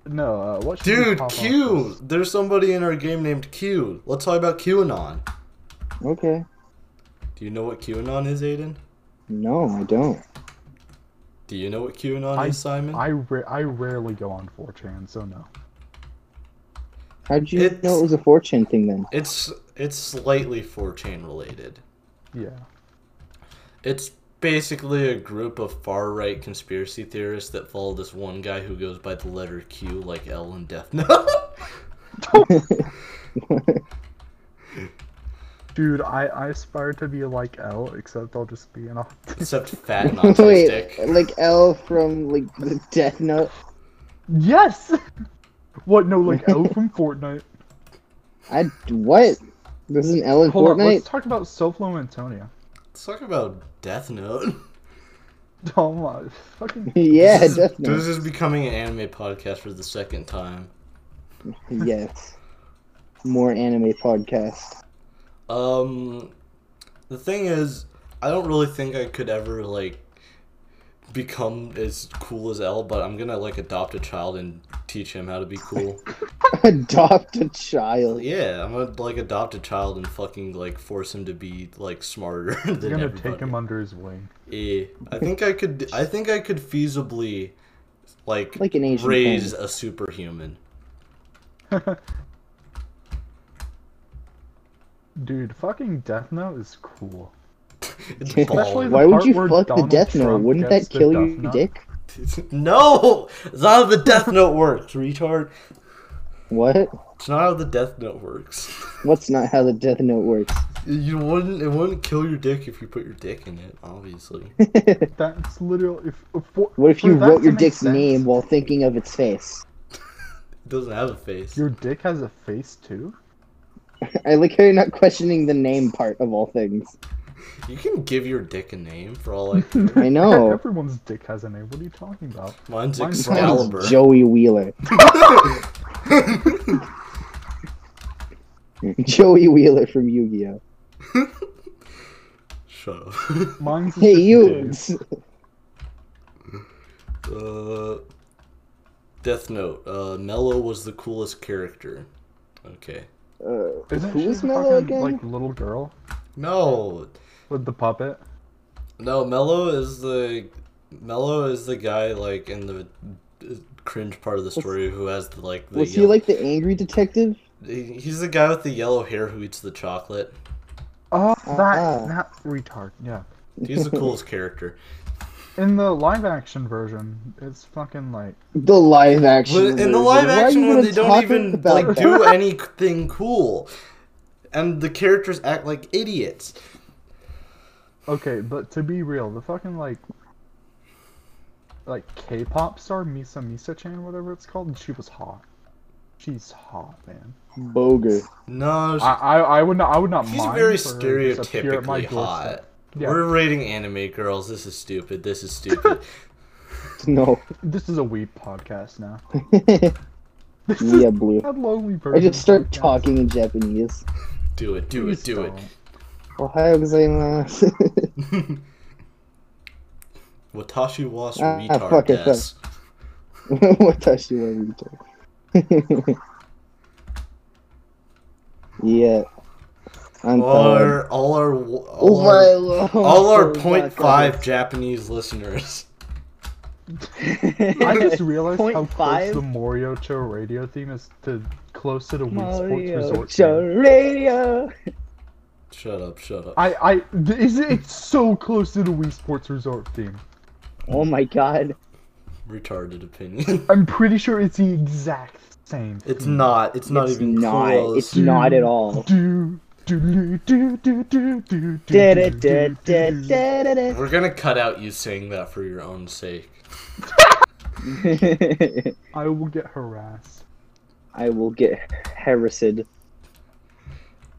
[SPEAKER 2] No, uh, what should we
[SPEAKER 1] Dude,
[SPEAKER 2] top off
[SPEAKER 1] Q!
[SPEAKER 2] first?
[SPEAKER 1] There's somebody in our game named Q. Let's talk about QAnon.
[SPEAKER 4] okay.
[SPEAKER 1] Do you know what QAnon is, Aiden?
[SPEAKER 4] No, I don't.
[SPEAKER 1] Do you know what QAnon is, Simon?
[SPEAKER 2] I, ra- I rarely go on 4chan, so no.
[SPEAKER 4] How'd you
[SPEAKER 1] It's-
[SPEAKER 4] know it was a fortune thing then?
[SPEAKER 1] It's it's slightly 4chan related.
[SPEAKER 2] Yeah.
[SPEAKER 1] It's basically a group of far right conspiracy theorists that follow this one guy who goes by the letter Q, like L in Death Note.
[SPEAKER 2] Dude, I, I aspire to be like L, except I'll just be an autistic.
[SPEAKER 1] Except fat and
[SPEAKER 4] Wait,
[SPEAKER 1] autistic.
[SPEAKER 4] like L from like the Death Note.
[SPEAKER 2] Yes! What, no, like L from Fortnite.
[SPEAKER 4] I what? There's an L in
[SPEAKER 2] Hold on,
[SPEAKER 4] Fortnite.
[SPEAKER 2] let's talk about Soflo Antonio.
[SPEAKER 1] Let's talk about Death Note.
[SPEAKER 2] Oh my fucking.
[SPEAKER 4] yeah,
[SPEAKER 1] this, is,
[SPEAKER 4] Death
[SPEAKER 1] this
[SPEAKER 4] Note.
[SPEAKER 1] is becoming an anime podcast for the second time.
[SPEAKER 4] Yes. More anime podcast.
[SPEAKER 1] Um, the thing is, I don't really think I could ever like become as cool as L, but I'm gonna like adopt a child and teach him how to be cool.
[SPEAKER 4] Adopt a child.
[SPEAKER 1] Yeah, I'm gonna like adopt a child and fucking like force him to be like smarter than
[SPEAKER 2] He's gonna
[SPEAKER 1] everybody.
[SPEAKER 2] take him under his wing.
[SPEAKER 1] Eh, I think I could. I think I could feasibly, like,
[SPEAKER 4] Like an Asian
[SPEAKER 1] raise a superhuman.
[SPEAKER 2] Dude, fucking Death Note is cool.
[SPEAKER 1] It's
[SPEAKER 2] Especially
[SPEAKER 1] bald.
[SPEAKER 4] Why would
[SPEAKER 2] part
[SPEAKER 4] you
[SPEAKER 2] where
[SPEAKER 4] fuck the
[SPEAKER 2] Donald
[SPEAKER 4] Death Note?
[SPEAKER 2] Trump
[SPEAKER 4] Wouldn't
[SPEAKER 2] gets
[SPEAKER 4] that
[SPEAKER 2] the
[SPEAKER 4] kill
[SPEAKER 2] Death
[SPEAKER 4] your
[SPEAKER 2] Note.
[SPEAKER 4] dick?
[SPEAKER 1] no, it's not how the Death Note works, retard.
[SPEAKER 4] What?
[SPEAKER 1] It's not how the Death Note works.
[SPEAKER 4] What's not how the Death Note works?
[SPEAKER 1] You wouldn't. It wouldn't kill your dick if you put your dick in it. Obviously.
[SPEAKER 2] That's literal. If, if for-
[SPEAKER 4] What if
[SPEAKER 2] for
[SPEAKER 4] you
[SPEAKER 2] that
[SPEAKER 4] wrote
[SPEAKER 2] to
[SPEAKER 4] your
[SPEAKER 2] make
[SPEAKER 4] dick's
[SPEAKER 2] sense,
[SPEAKER 4] name while thinking of its face?
[SPEAKER 1] It doesn't have a face.
[SPEAKER 2] Your dick has a face too.
[SPEAKER 4] I like how you're not questioning the name part of all things.
[SPEAKER 1] You can give your dick a name for all I care.
[SPEAKER 4] I know.
[SPEAKER 2] Everyone's dick has a name. What are you talking about?
[SPEAKER 1] Mine's
[SPEAKER 2] Mine's
[SPEAKER 1] Excalibur.
[SPEAKER 4] Mine's Joey Wheeler. Joey Wheeler from Yu-Gi-Oh.
[SPEAKER 1] Shut up.
[SPEAKER 2] Mine's
[SPEAKER 4] Hey
[SPEAKER 2] just
[SPEAKER 4] you.
[SPEAKER 2] Dave.
[SPEAKER 1] uh, Death Note. Uh, Mello was the coolest character. Okay.
[SPEAKER 4] Uh,
[SPEAKER 2] Isn't
[SPEAKER 4] who
[SPEAKER 2] she
[SPEAKER 4] is
[SPEAKER 2] the
[SPEAKER 4] Mello
[SPEAKER 2] fucking,
[SPEAKER 4] again?
[SPEAKER 2] Like little girl
[SPEAKER 1] No,
[SPEAKER 2] with the puppet.
[SPEAKER 1] no. Mello is the Mello is the guy like in the uh, cringe part of the story who has the, like the
[SPEAKER 4] Was he
[SPEAKER 1] yellow-
[SPEAKER 4] like the angry detective?
[SPEAKER 1] he- he's the guy with the yellow hair who eats the chocolate.
[SPEAKER 2] Oh, that
[SPEAKER 4] Uh-huh.
[SPEAKER 2] that retard. Yeah.
[SPEAKER 1] He's the coolest character.
[SPEAKER 2] in the live action version, it's fucking like
[SPEAKER 4] The live action.
[SPEAKER 1] But in
[SPEAKER 4] version.
[SPEAKER 1] the live
[SPEAKER 4] Why are
[SPEAKER 1] action
[SPEAKER 4] you
[SPEAKER 1] one,
[SPEAKER 4] even
[SPEAKER 1] they don't
[SPEAKER 4] talking
[SPEAKER 1] even
[SPEAKER 4] about
[SPEAKER 1] like
[SPEAKER 4] that?
[SPEAKER 1] do anything cool, and the characters act like idiots.
[SPEAKER 2] okay, but to be real, the fucking like like K-pop star Misa Misa Chan, whatever it's called, she was hot. She's hot, man.
[SPEAKER 4] Boger.
[SPEAKER 1] No,
[SPEAKER 2] I I, I would not I would not
[SPEAKER 1] she's
[SPEAKER 2] mind.
[SPEAKER 1] very
[SPEAKER 2] for her to just appear at my
[SPEAKER 1] stereotypically hot.
[SPEAKER 2] doorstep. Yeah.
[SPEAKER 1] We're rating anime girls. This is stupid. This is stupid.
[SPEAKER 4] No.
[SPEAKER 2] This is a weep podcast now. This is
[SPEAKER 4] yeah, blue.
[SPEAKER 2] a lonely person.
[SPEAKER 4] I just start
[SPEAKER 2] podcast.
[SPEAKER 4] talking in Japanese.
[SPEAKER 1] do it. Do
[SPEAKER 2] Please
[SPEAKER 1] it. Do it.
[SPEAKER 2] don't.
[SPEAKER 4] Ohio gozaimasu.
[SPEAKER 1] Watashi was
[SPEAKER 4] Ah,
[SPEAKER 1] retard.
[SPEAKER 4] fuck it,
[SPEAKER 1] yes.
[SPEAKER 4] Watashi wa Ruto. yeah. I'm
[SPEAKER 1] All
[SPEAKER 4] tired.
[SPEAKER 1] our all our all
[SPEAKER 4] Oh
[SPEAKER 1] our,
[SPEAKER 4] my
[SPEAKER 1] all our
[SPEAKER 4] lord.
[SPEAKER 1] point five Japanese listeners.
[SPEAKER 2] I just realized
[SPEAKER 3] Point
[SPEAKER 2] how close
[SPEAKER 3] five?
[SPEAKER 2] the Morio Cho radio theme is to close to the Wii Sports
[SPEAKER 3] Mario
[SPEAKER 2] Resort.
[SPEAKER 3] Show
[SPEAKER 2] theme.
[SPEAKER 3] Radio.
[SPEAKER 1] Shut up. Shut up.
[SPEAKER 2] I, I, th- is it, it's so close to the Wii Sports Resort theme.
[SPEAKER 3] Oh my god.
[SPEAKER 1] Retarded opinion.
[SPEAKER 2] I'm pretty sure it's the exact same.
[SPEAKER 1] It's
[SPEAKER 2] theme.
[SPEAKER 1] not. It's not
[SPEAKER 4] It's
[SPEAKER 1] even
[SPEAKER 4] not.
[SPEAKER 1] close.
[SPEAKER 4] It's not at all.
[SPEAKER 2] Do do do do do do do do do do do.
[SPEAKER 3] Da-da-da-da-da-da.
[SPEAKER 1] We're gonna cut out you saying that for your own sake.
[SPEAKER 2] I will get harassed.
[SPEAKER 3] I will get harassed.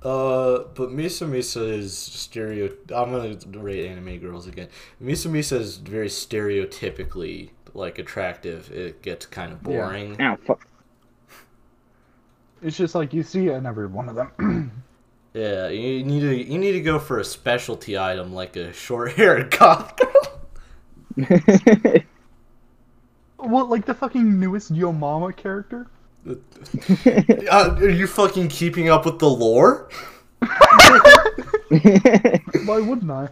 [SPEAKER 1] Uh, but Misa Misa is stereo. I'm gonna rate anime girls again. Misa Misa is very stereotypically like attractive. It gets kind of
[SPEAKER 2] Yeah.
[SPEAKER 1] boring.
[SPEAKER 3] Ow, fuck.
[SPEAKER 2] It's just like you see it in every one of them.
[SPEAKER 1] Yeah, you need to you need to go for a specialty item like a short haired goth girl.
[SPEAKER 2] what, like the fucking newest Yo Mama character?
[SPEAKER 1] Uh, are you fucking keeping up with the lore?
[SPEAKER 2] Why wouldn't I?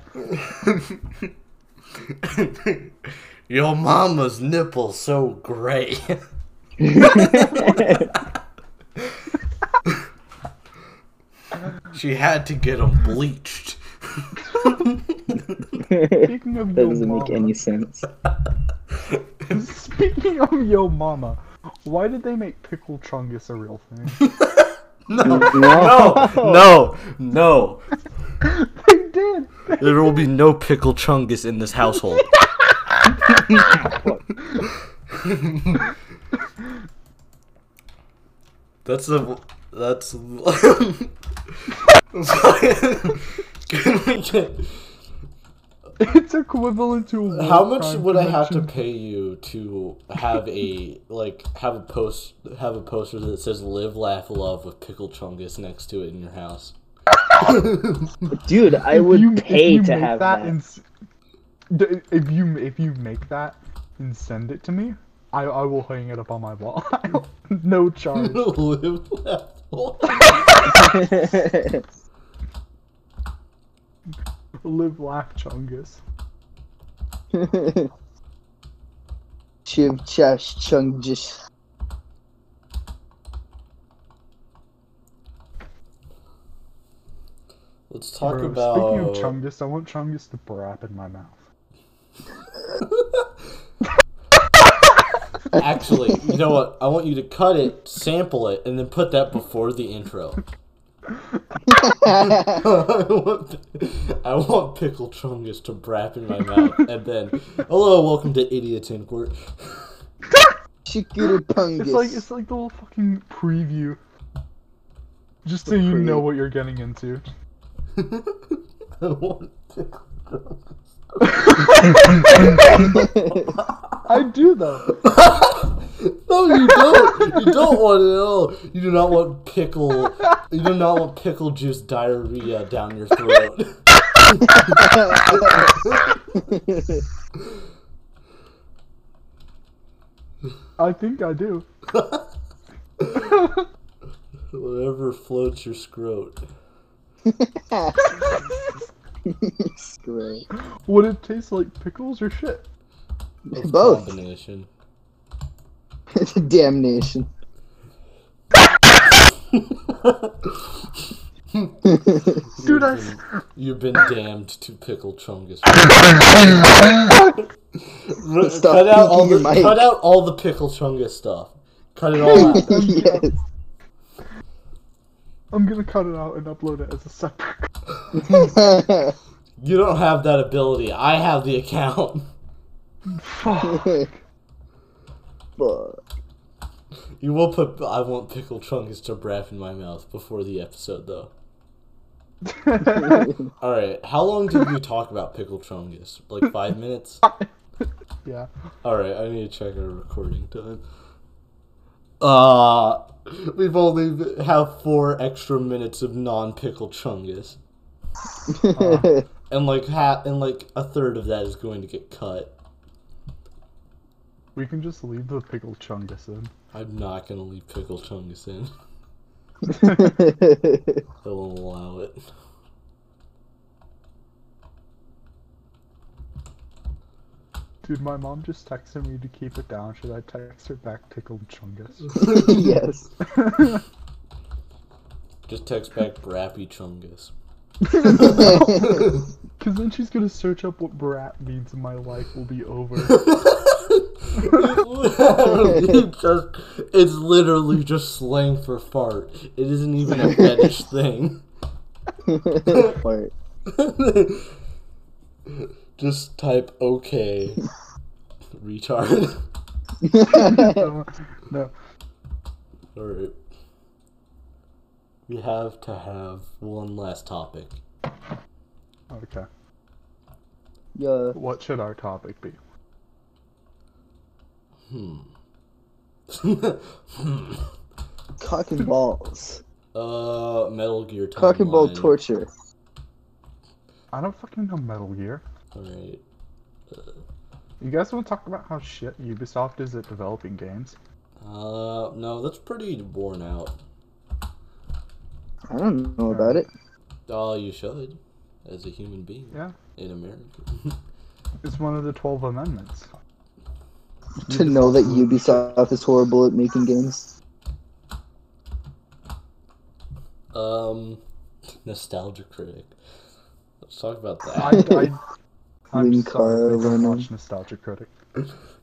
[SPEAKER 1] Your mama's nipple so gray. she had to get them bleached.
[SPEAKER 2] Speaking
[SPEAKER 4] That
[SPEAKER 2] of Yo
[SPEAKER 4] doesn't
[SPEAKER 2] Mama,
[SPEAKER 4] make any sense.
[SPEAKER 2] Speaking of Yo Mama, why did they make Pickle Chungus a real thing?
[SPEAKER 1] No, no,
[SPEAKER 4] No.
[SPEAKER 1] no, no.
[SPEAKER 2] they did!
[SPEAKER 1] There will be no pickle chungus in this household. that's the. That's. Can we get-
[SPEAKER 2] It's equivalent to a
[SPEAKER 1] How
[SPEAKER 2] war
[SPEAKER 1] much
[SPEAKER 2] crime
[SPEAKER 1] would I have to
[SPEAKER 2] connection.
[SPEAKER 1] pay you to have a like have a post have a poster that says "Live, Laugh, Love" with pickle chungus next to it in your house?
[SPEAKER 3] Dude, I
[SPEAKER 2] If
[SPEAKER 3] would
[SPEAKER 2] you- if
[SPEAKER 3] pay
[SPEAKER 2] you
[SPEAKER 3] to
[SPEAKER 2] make
[SPEAKER 3] have that.
[SPEAKER 2] and s- d- if you if you make that and send it to me, I I will hang it up on my wall. no charge.
[SPEAKER 1] Live, laugh, love.
[SPEAKER 2] Live, laugh, Chungus.
[SPEAKER 4] Chim chash chung jish.
[SPEAKER 1] Let's talk
[SPEAKER 2] Bro,
[SPEAKER 1] about.
[SPEAKER 2] Speaking of Chungus, I want Chungus to brap in my mouth.
[SPEAKER 1] Actually, you know what? I want you to cut it, sample it, and then put that before the intro. I, want, I want pickle chungus to brap in my mouth, and then hello, welcome to Idiots in Court.
[SPEAKER 4] Shikuru
[SPEAKER 2] It's like
[SPEAKER 4] pungus.
[SPEAKER 2] it's like the little fucking preview. Just so you
[SPEAKER 4] preview.
[SPEAKER 2] know what you're getting into.
[SPEAKER 1] I want pickle chungus.
[SPEAKER 2] I do though.
[SPEAKER 1] No, you don't. You don't want it at all. You do not want pickle. You do not want pickle juice diarrhea down your throat.
[SPEAKER 2] I think I do.
[SPEAKER 1] Whatever floats your scrote.
[SPEAKER 4] Great.
[SPEAKER 2] Would it taste like pickles or shit?
[SPEAKER 1] Of
[SPEAKER 4] Both.
[SPEAKER 1] Combination.
[SPEAKER 4] Damnation.
[SPEAKER 2] Dude, I,
[SPEAKER 1] You've been damned to pickle chungus. R-
[SPEAKER 4] Stop
[SPEAKER 1] cut out all the
[SPEAKER 4] peeking your mic.
[SPEAKER 1] cut out all the pickle chunga stuff. Cut it all out.
[SPEAKER 4] yes.
[SPEAKER 2] I'm gonna cut it out and upload it as a separate.
[SPEAKER 1] you don't have that ability. I have the account.
[SPEAKER 2] Fuck.
[SPEAKER 4] Fuck.
[SPEAKER 1] You will put I want pickle chungus to breath in my mouth before the episode though. All right, how long did we talk about pickle chungus? Like 5 minutes?
[SPEAKER 2] yeah.
[SPEAKER 1] All right, I need to check our recording time. Uh we've only have 4 extra minutes of non-pickle chungus. And like ha- and like a third of that is going to get cut.
[SPEAKER 2] We can just leave the pickle chungus in.
[SPEAKER 1] I'm not gonna leave pickle chungus in. I won't allow it.
[SPEAKER 2] Dude, my mom just texted me to keep it down. Should I text her back pickle chungus?
[SPEAKER 4] yes.
[SPEAKER 1] Just text back Brappy Chungus.
[SPEAKER 2] Cause then she's gonna search up what brat means and my life will be over.
[SPEAKER 1] it's, just, it's literally just slang for fart. It isn't even a fetish thing.
[SPEAKER 4] Fart.
[SPEAKER 1] just type okay, retard.
[SPEAKER 2] Uh, no.
[SPEAKER 1] Alright. We have to have one last topic.
[SPEAKER 2] Okay.
[SPEAKER 4] yeah.
[SPEAKER 2] What should our topic be?
[SPEAKER 1] hmm.
[SPEAKER 4] Cock and balls.
[SPEAKER 1] Uh, Metal Gear Timeline.
[SPEAKER 4] Cock and ball torture.
[SPEAKER 2] I don't fucking know Metal Gear.
[SPEAKER 1] Alright.
[SPEAKER 2] You guys wanna talk about how shit Ubisoft is at developing games?
[SPEAKER 1] Uh, no, that's pretty worn out.
[SPEAKER 4] I don't know about it.
[SPEAKER 1] Oh, you should, as a human being.
[SPEAKER 2] Yeah.
[SPEAKER 1] In America.
[SPEAKER 2] It's one of the 12 amendments.
[SPEAKER 4] To know that Ubisoft is horrible at making games.
[SPEAKER 1] um, nostalgia critic. Let's talk about
[SPEAKER 2] I,
[SPEAKER 1] that.
[SPEAKER 2] I, I'm
[SPEAKER 4] Lynn
[SPEAKER 2] sorry, I don't
[SPEAKER 4] Carlin.
[SPEAKER 2] watch Nostalgia Critic.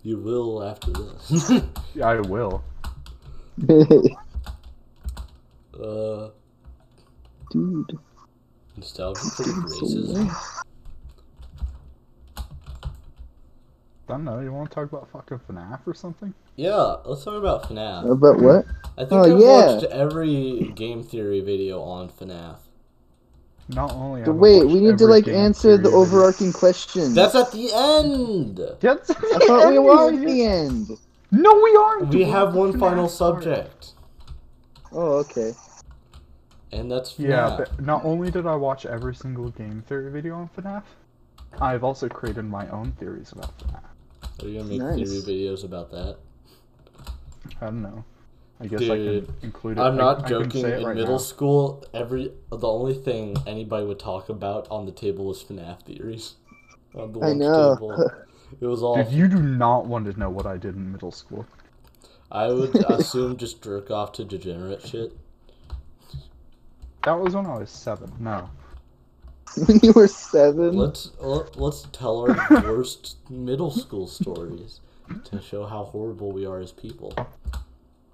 [SPEAKER 1] you will after this.
[SPEAKER 2] Yeah, I will.
[SPEAKER 1] uh,
[SPEAKER 4] Dude.
[SPEAKER 1] nostalgia critic
[SPEAKER 4] So
[SPEAKER 1] racism.
[SPEAKER 4] what?
[SPEAKER 2] I don't know, you wanna talk about fucking FNAF or something?
[SPEAKER 1] Yeah, let's talk about
[SPEAKER 2] Uh,
[SPEAKER 1] FNAF.
[SPEAKER 4] About what?
[SPEAKER 1] I think
[SPEAKER 4] Oh,
[SPEAKER 1] I've
[SPEAKER 4] yeah.
[SPEAKER 1] watched every game theory video on FNAF.
[SPEAKER 2] Not only have I
[SPEAKER 4] Wait, we
[SPEAKER 2] watched
[SPEAKER 4] need to
[SPEAKER 2] every
[SPEAKER 4] like
[SPEAKER 2] game
[SPEAKER 4] answer the
[SPEAKER 2] series and-
[SPEAKER 4] overarching question.
[SPEAKER 1] That's at the end.
[SPEAKER 2] That's
[SPEAKER 4] I thought we were at the end.
[SPEAKER 2] No, we aren't.
[SPEAKER 1] We have one
[SPEAKER 2] FNAF
[SPEAKER 1] final
[SPEAKER 2] part.
[SPEAKER 1] subject,
[SPEAKER 4] Oh, okay.
[SPEAKER 1] and that's FNAF.
[SPEAKER 2] Yeah, but not only did I watch every single game theory video on FNAF, I've also created my own theories about FNAF.
[SPEAKER 1] Are you gonna make
[SPEAKER 4] Nice.
[SPEAKER 1] theory videos about that?
[SPEAKER 2] I don't know. I guess I
[SPEAKER 1] Dude,
[SPEAKER 2] can include it.
[SPEAKER 1] I'm
[SPEAKER 2] I-
[SPEAKER 1] not
[SPEAKER 2] I can
[SPEAKER 1] joking.
[SPEAKER 2] say it
[SPEAKER 1] In
[SPEAKER 2] right
[SPEAKER 1] middle
[SPEAKER 2] now.
[SPEAKER 1] school, every the only thing anybody would talk about on the table was FNAF theories. On the
[SPEAKER 4] I
[SPEAKER 1] lunch
[SPEAKER 4] know.
[SPEAKER 1] Table. It was all.
[SPEAKER 2] Dude, you do not want to know what I did in middle school.
[SPEAKER 1] I would assume just jerk off to degenerate shit.
[SPEAKER 2] That was when I was seven. No.
[SPEAKER 4] When you were
[SPEAKER 2] Um,
[SPEAKER 4] seven?
[SPEAKER 1] Let's let, let's tell our worst middle school stories to show how horrible we are as people.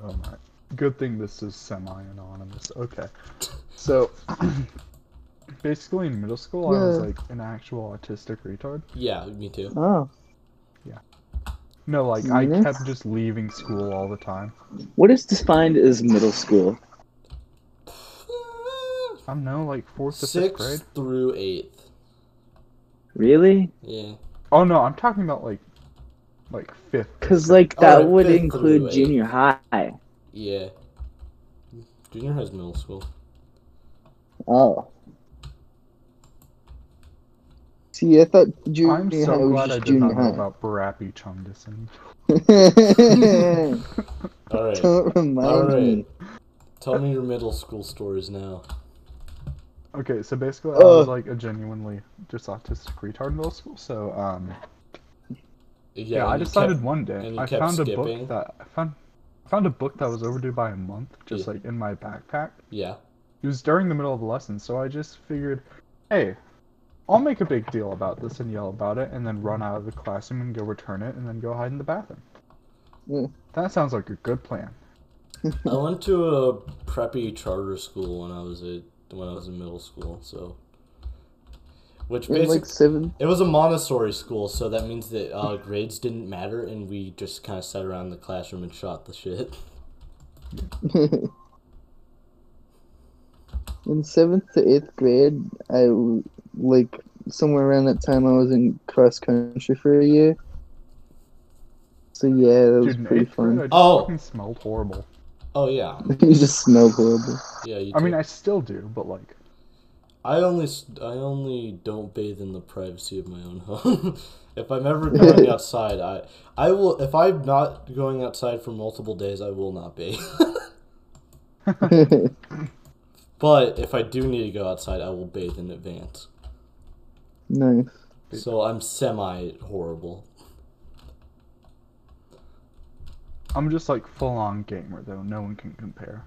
[SPEAKER 2] Oh my. Good thing this is semi-anonymous. Okay. So, basically in middle school, I was
[SPEAKER 4] Yeah.
[SPEAKER 2] like an actual autistic retard.
[SPEAKER 1] Yeah, me too.
[SPEAKER 4] Oh.
[SPEAKER 2] No, like I
[SPEAKER 4] Yeah.
[SPEAKER 2] kept just leaving school all the time.
[SPEAKER 3] What is defined as middle school?
[SPEAKER 2] I don't know, like fourth to fifth grade.
[SPEAKER 1] Sixth through eighth.
[SPEAKER 3] Really?
[SPEAKER 1] Yeah.
[SPEAKER 2] Oh no, I'm talking about like, like fifth.
[SPEAKER 3] Because like that
[SPEAKER 1] Alright,
[SPEAKER 3] would
[SPEAKER 1] Oh, fifth through
[SPEAKER 3] include
[SPEAKER 1] eighth.
[SPEAKER 3] junior high.
[SPEAKER 1] Yeah. Junior high's middle school.
[SPEAKER 4] Oh. See, I thought junior
[SPEAKER 2] I'm
[SPEAKER 4] high
[SPEAKER 2] so
[SPEAKER 4] was
[SPEAKER 2] glad I
[SPEAKER 4] just
[SPEAKER 2] did not
[SPEAKER 4] junior
[SPEAKER 2] know
[SPEAKER 4] high.
[SPEAKER 2] about Barappy Chungus. And
[SPEAKER 1] All right.
[SPEAKER 4] Don't remind
[SPEAKER 1] All
[SPEAKER 4] me.
[SPEAKER 1] right. Tell me your middle school stories now.
[SPEAKER 2] okay, so basically, I
[SPEAKER 4] Ugh.
[SPEAKER 2] was like a genuinely just autistic retard in middle school. So um, yeah,
[SPEAKER 1] and
[SPEAKER 2] I
[SPEAKER 1] you
[SPEAKER 2] decided
[SPEAKER 1] kept-
[SPEAKER 2] one
[SPEAKER 1] and
[SPEAKER 2] day
[SPEAKER 1] you
[SPEAKER 2] I
[SPEAKER 1] kept
[SPEAKER 2] found a
[SPEAKER 1] skipping?
[SPEAKER 2] book that I found I found a book that was overdue by a month, just
[SPEAKER 1] Yeah.
[SPEAKER 2] like in my backpack.
[SPEAKER 1] Yeah.
[SPEAKER 2] It was during the middle of a lesson, so I just figured, hey, I'll make a big deal about this and yell about it, and then run out of the classroom and go return it, and then go hide in the bathroom.
[SPEAKER 4] Yeah.
[SPEAKER 2] That sounds like a good plan.
[SPEAKER 1] I went to a preppy charter school when I was at when I was in middle school, so which
[SPEAKER 4] We're in,
[SPEAKER 1] basically
[SPEAKER 4] like seven.
[SPEAKER 1] it was a Montessori school, so that means that uh, grades didn't matter, and we just kind of sat around in the classroom and shot the shit.
[SPEAKER 4] in seventh to eighth grade, I w- like somewhere around that time I was in cross country for a year. So yeah, that was
[SPEAKER 2] Dude, in
[SPEAKER 4] pretty
[SPEAKER 2] eighth grade, I
[SPEAKER 4] fun.
[SPEAKER 2] just
[SPEAKER 1] Oh.
[SPEAKER 2] fucking smelled horrible.
[SPEAKER 1] Oh yeah,
[SPEAKER 4] you just smell horrible.
[SPEAKER 1] yeah. You
[SPEAKER 2] I mean,
[SPEAKER 1] did.
[SPEAKER 2] I still do, but like,
[SPEAKER 1] I only s- I only don't bathe in the privacy of my own home. if I'm ever going outside, I I will. If I'm not going outside for multiple days, I will not bathe. but if I do need to go outside, I will bathe in advance.
[SPEAKER 4] nice.
[SPEAKER 1] So I'm semi horrible.
[SPEAKER 2] I'm just like full on gamer though. No one can compare.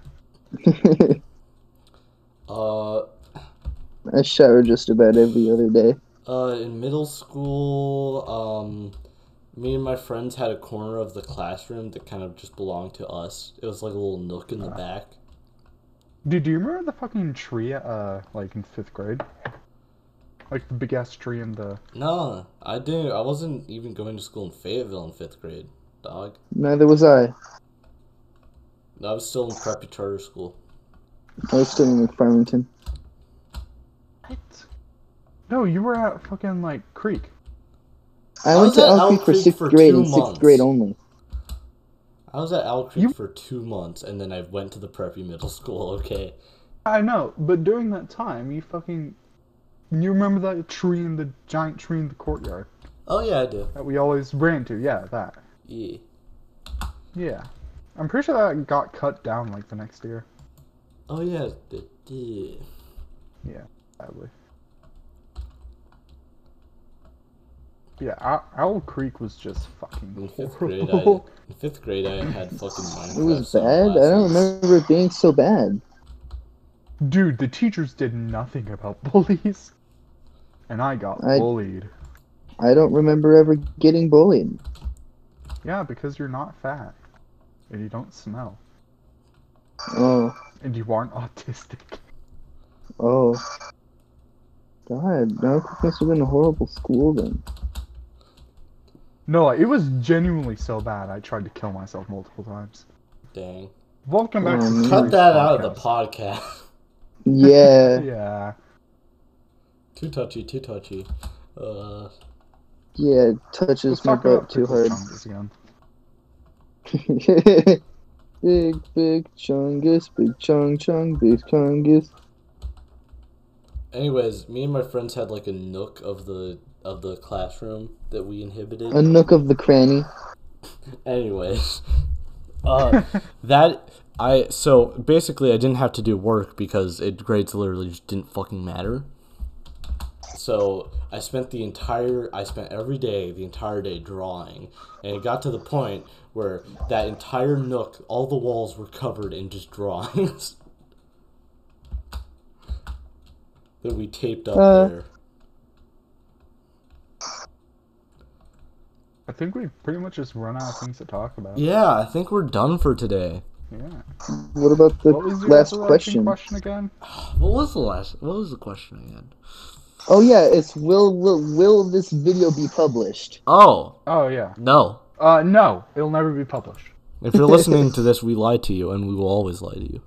[SPEAKER 1] Uh,
[SPEAKER 4] I shower just about every other day.
[SPEAKER 1] uh, in middle school, um, me and my friends had a corner of the classroom that kind of just belonged to us. It was like a little nook in the back.
[SPEAKER 2] Dude, do you remember the fucking tree? Uh, like in fifth grade, like the big ass tree in the.
[SPEAKER 1] No, I didn't. I wasn't even going to school in Fayetteville in fifth grade, dog.
[SPEAKER 4] Neither was I.
[SPEAKER 1] I was still in preppy charter school.
[SPEAKER 4] I was still in Farmington.
[SPEAKER 2] What? No, you were at fucking like creek.
[SPEAKER 4] I
[SPEAKER 1] I
[SPEAKER 4] went
[SPEAKER 1] was
[SPEAKER 4] to
[SPEAKER 1] at
[SPEAKER 4] Elk
[SPEAKER 1] Elk
[SPEAKER 4] Creek for
[SPEAKER 1] Creek
[SPEAKER 4] sixth
[SPEAKER 1] for
[SPEAKER 4] grade
[SPEAKER 1] two
[SPEAKER 4] and sixth
[SPEAKER 1] months.
[SPEAKER 4] grade only.
[SPEAKER 1] I was at Owl Creek
[SPEAKER 2] You-
[SPEAKER 1] for two months, and then I went to the preppy middle school. Okay,
[SPEAKER 2] I know, but during that time, you fucking. You remember that tree in the giant tree in the courtyard
[SPEAKER 1] oh yeah, I do.
[SPEAKER 2] that we always ran to? Yeah, that.
[SPEAKER 1] Yeah,
[SPEAKER 2] Yeah. I'm pretty sure that got cut down like the next year.
[SPEAKER 1] oh yeah, the- yeah.
[SPEAKER 2] Sadly. Yeah, Ow- Owl Creek was just
[SPEAKER 1] In
[SPEAKER 2] fucking
[SPEAKER 1] fifth grade, I
[SPEAKER 2] horrible.
[SPEAKER 1] in fifth grade I had fucking Minecraft.
[SPEAKER 4] It was
[SPEAKER 1] sub
[SPEAKER 4] bad. I don't
[SPEAKER 1] classes.
[SPEAKER 4] remember it being so bad.
[SPEAKER 2] Dude, the teachers did nothing about bullies. And I got
[SPEAKER 4] I-
[SPEAKER 2] bullied.
[SPEAKER 4] I don't remember ever getting bullied.
[SPEAKER 2] Yeah, because you're not fat. And you don't smell.
[SPEAKER 4] Oh,
[SPEAKER 2] And you aren't autistic.
[SPEAKER 4] oh. God, that must have been a horrible school then.
[SPEAKER 2] No, it was genuinely so bad. I tried to kill myself multiple times.
[SPEAKER 1] Dang.
[SPEAKER 2] Welcome
[SPEAKER 4] Um,
[SPEAKER 2] back. to
[SPEAKER 1] Mm, Cut
[SPEAKER 2] Series
[SPEAKER 1] that out of the
[SPEAKER 2] Podcast.
[SPEAKER 1] podcast.
[SPEAKER 4] Yeah,
[SPEAKER 2] Yeah,
[SPEAKER 1] too touchy, too touchy. Uh,
[SPEAKER 4] yeah, it touches
[SPEAKER 2] Let's
[SPEAKER 4] my
[SPEAKER 2] talk about
[SPEAKER 4] butt too
[SPEAKER 2] Pickle
[SPEAKER 4] hard.
[SPEAKER 2] Chungus again.
[SPEAKER 4] big, big chungus, big chung chung, big chungus.
[SPEAKER 1] anyways, me and my friends had like a nook of the of the classroom that we inhibited.
[SPEAKER 4] A nook of the cranny.
[SPEAKER 1] Anyways, uh, that I so basically I didn't have to do work because it grades literally just didn't fucking matter. So I spent the entire I spent every day the entire day drawing, and it got to the point where that entire nook, all the walls were covered in just drawings that we taped up
[SPEAKER 4] Uh.
[SPEAKER 1] there.
[SPEAKER 2] I think we pretty much just run out of things to talk about.
[SPEAKER 1] Yeah, I think we're done for today.
[SPEAKER 2] Yeah.
[SPEAKER 4] What about the
[SPEAKER 2] What was your
[SPEAKER 4] last question?
[SPEAKER 2] overarching question again?
[SPEAKER 1] What was the last? What was the question again?
[SPEAKER 4] Oh yeah, it's will will will this video be published?
[SPEAKER 1] Oh
[SPEAKER 2] Oh yeah.
[SPEAKER 1] no.
[SPEAKER 2] Uh, no, it'll never be published.
[SPEAKER 1] If you're listening to this, we lied to you, and we will always lie to you.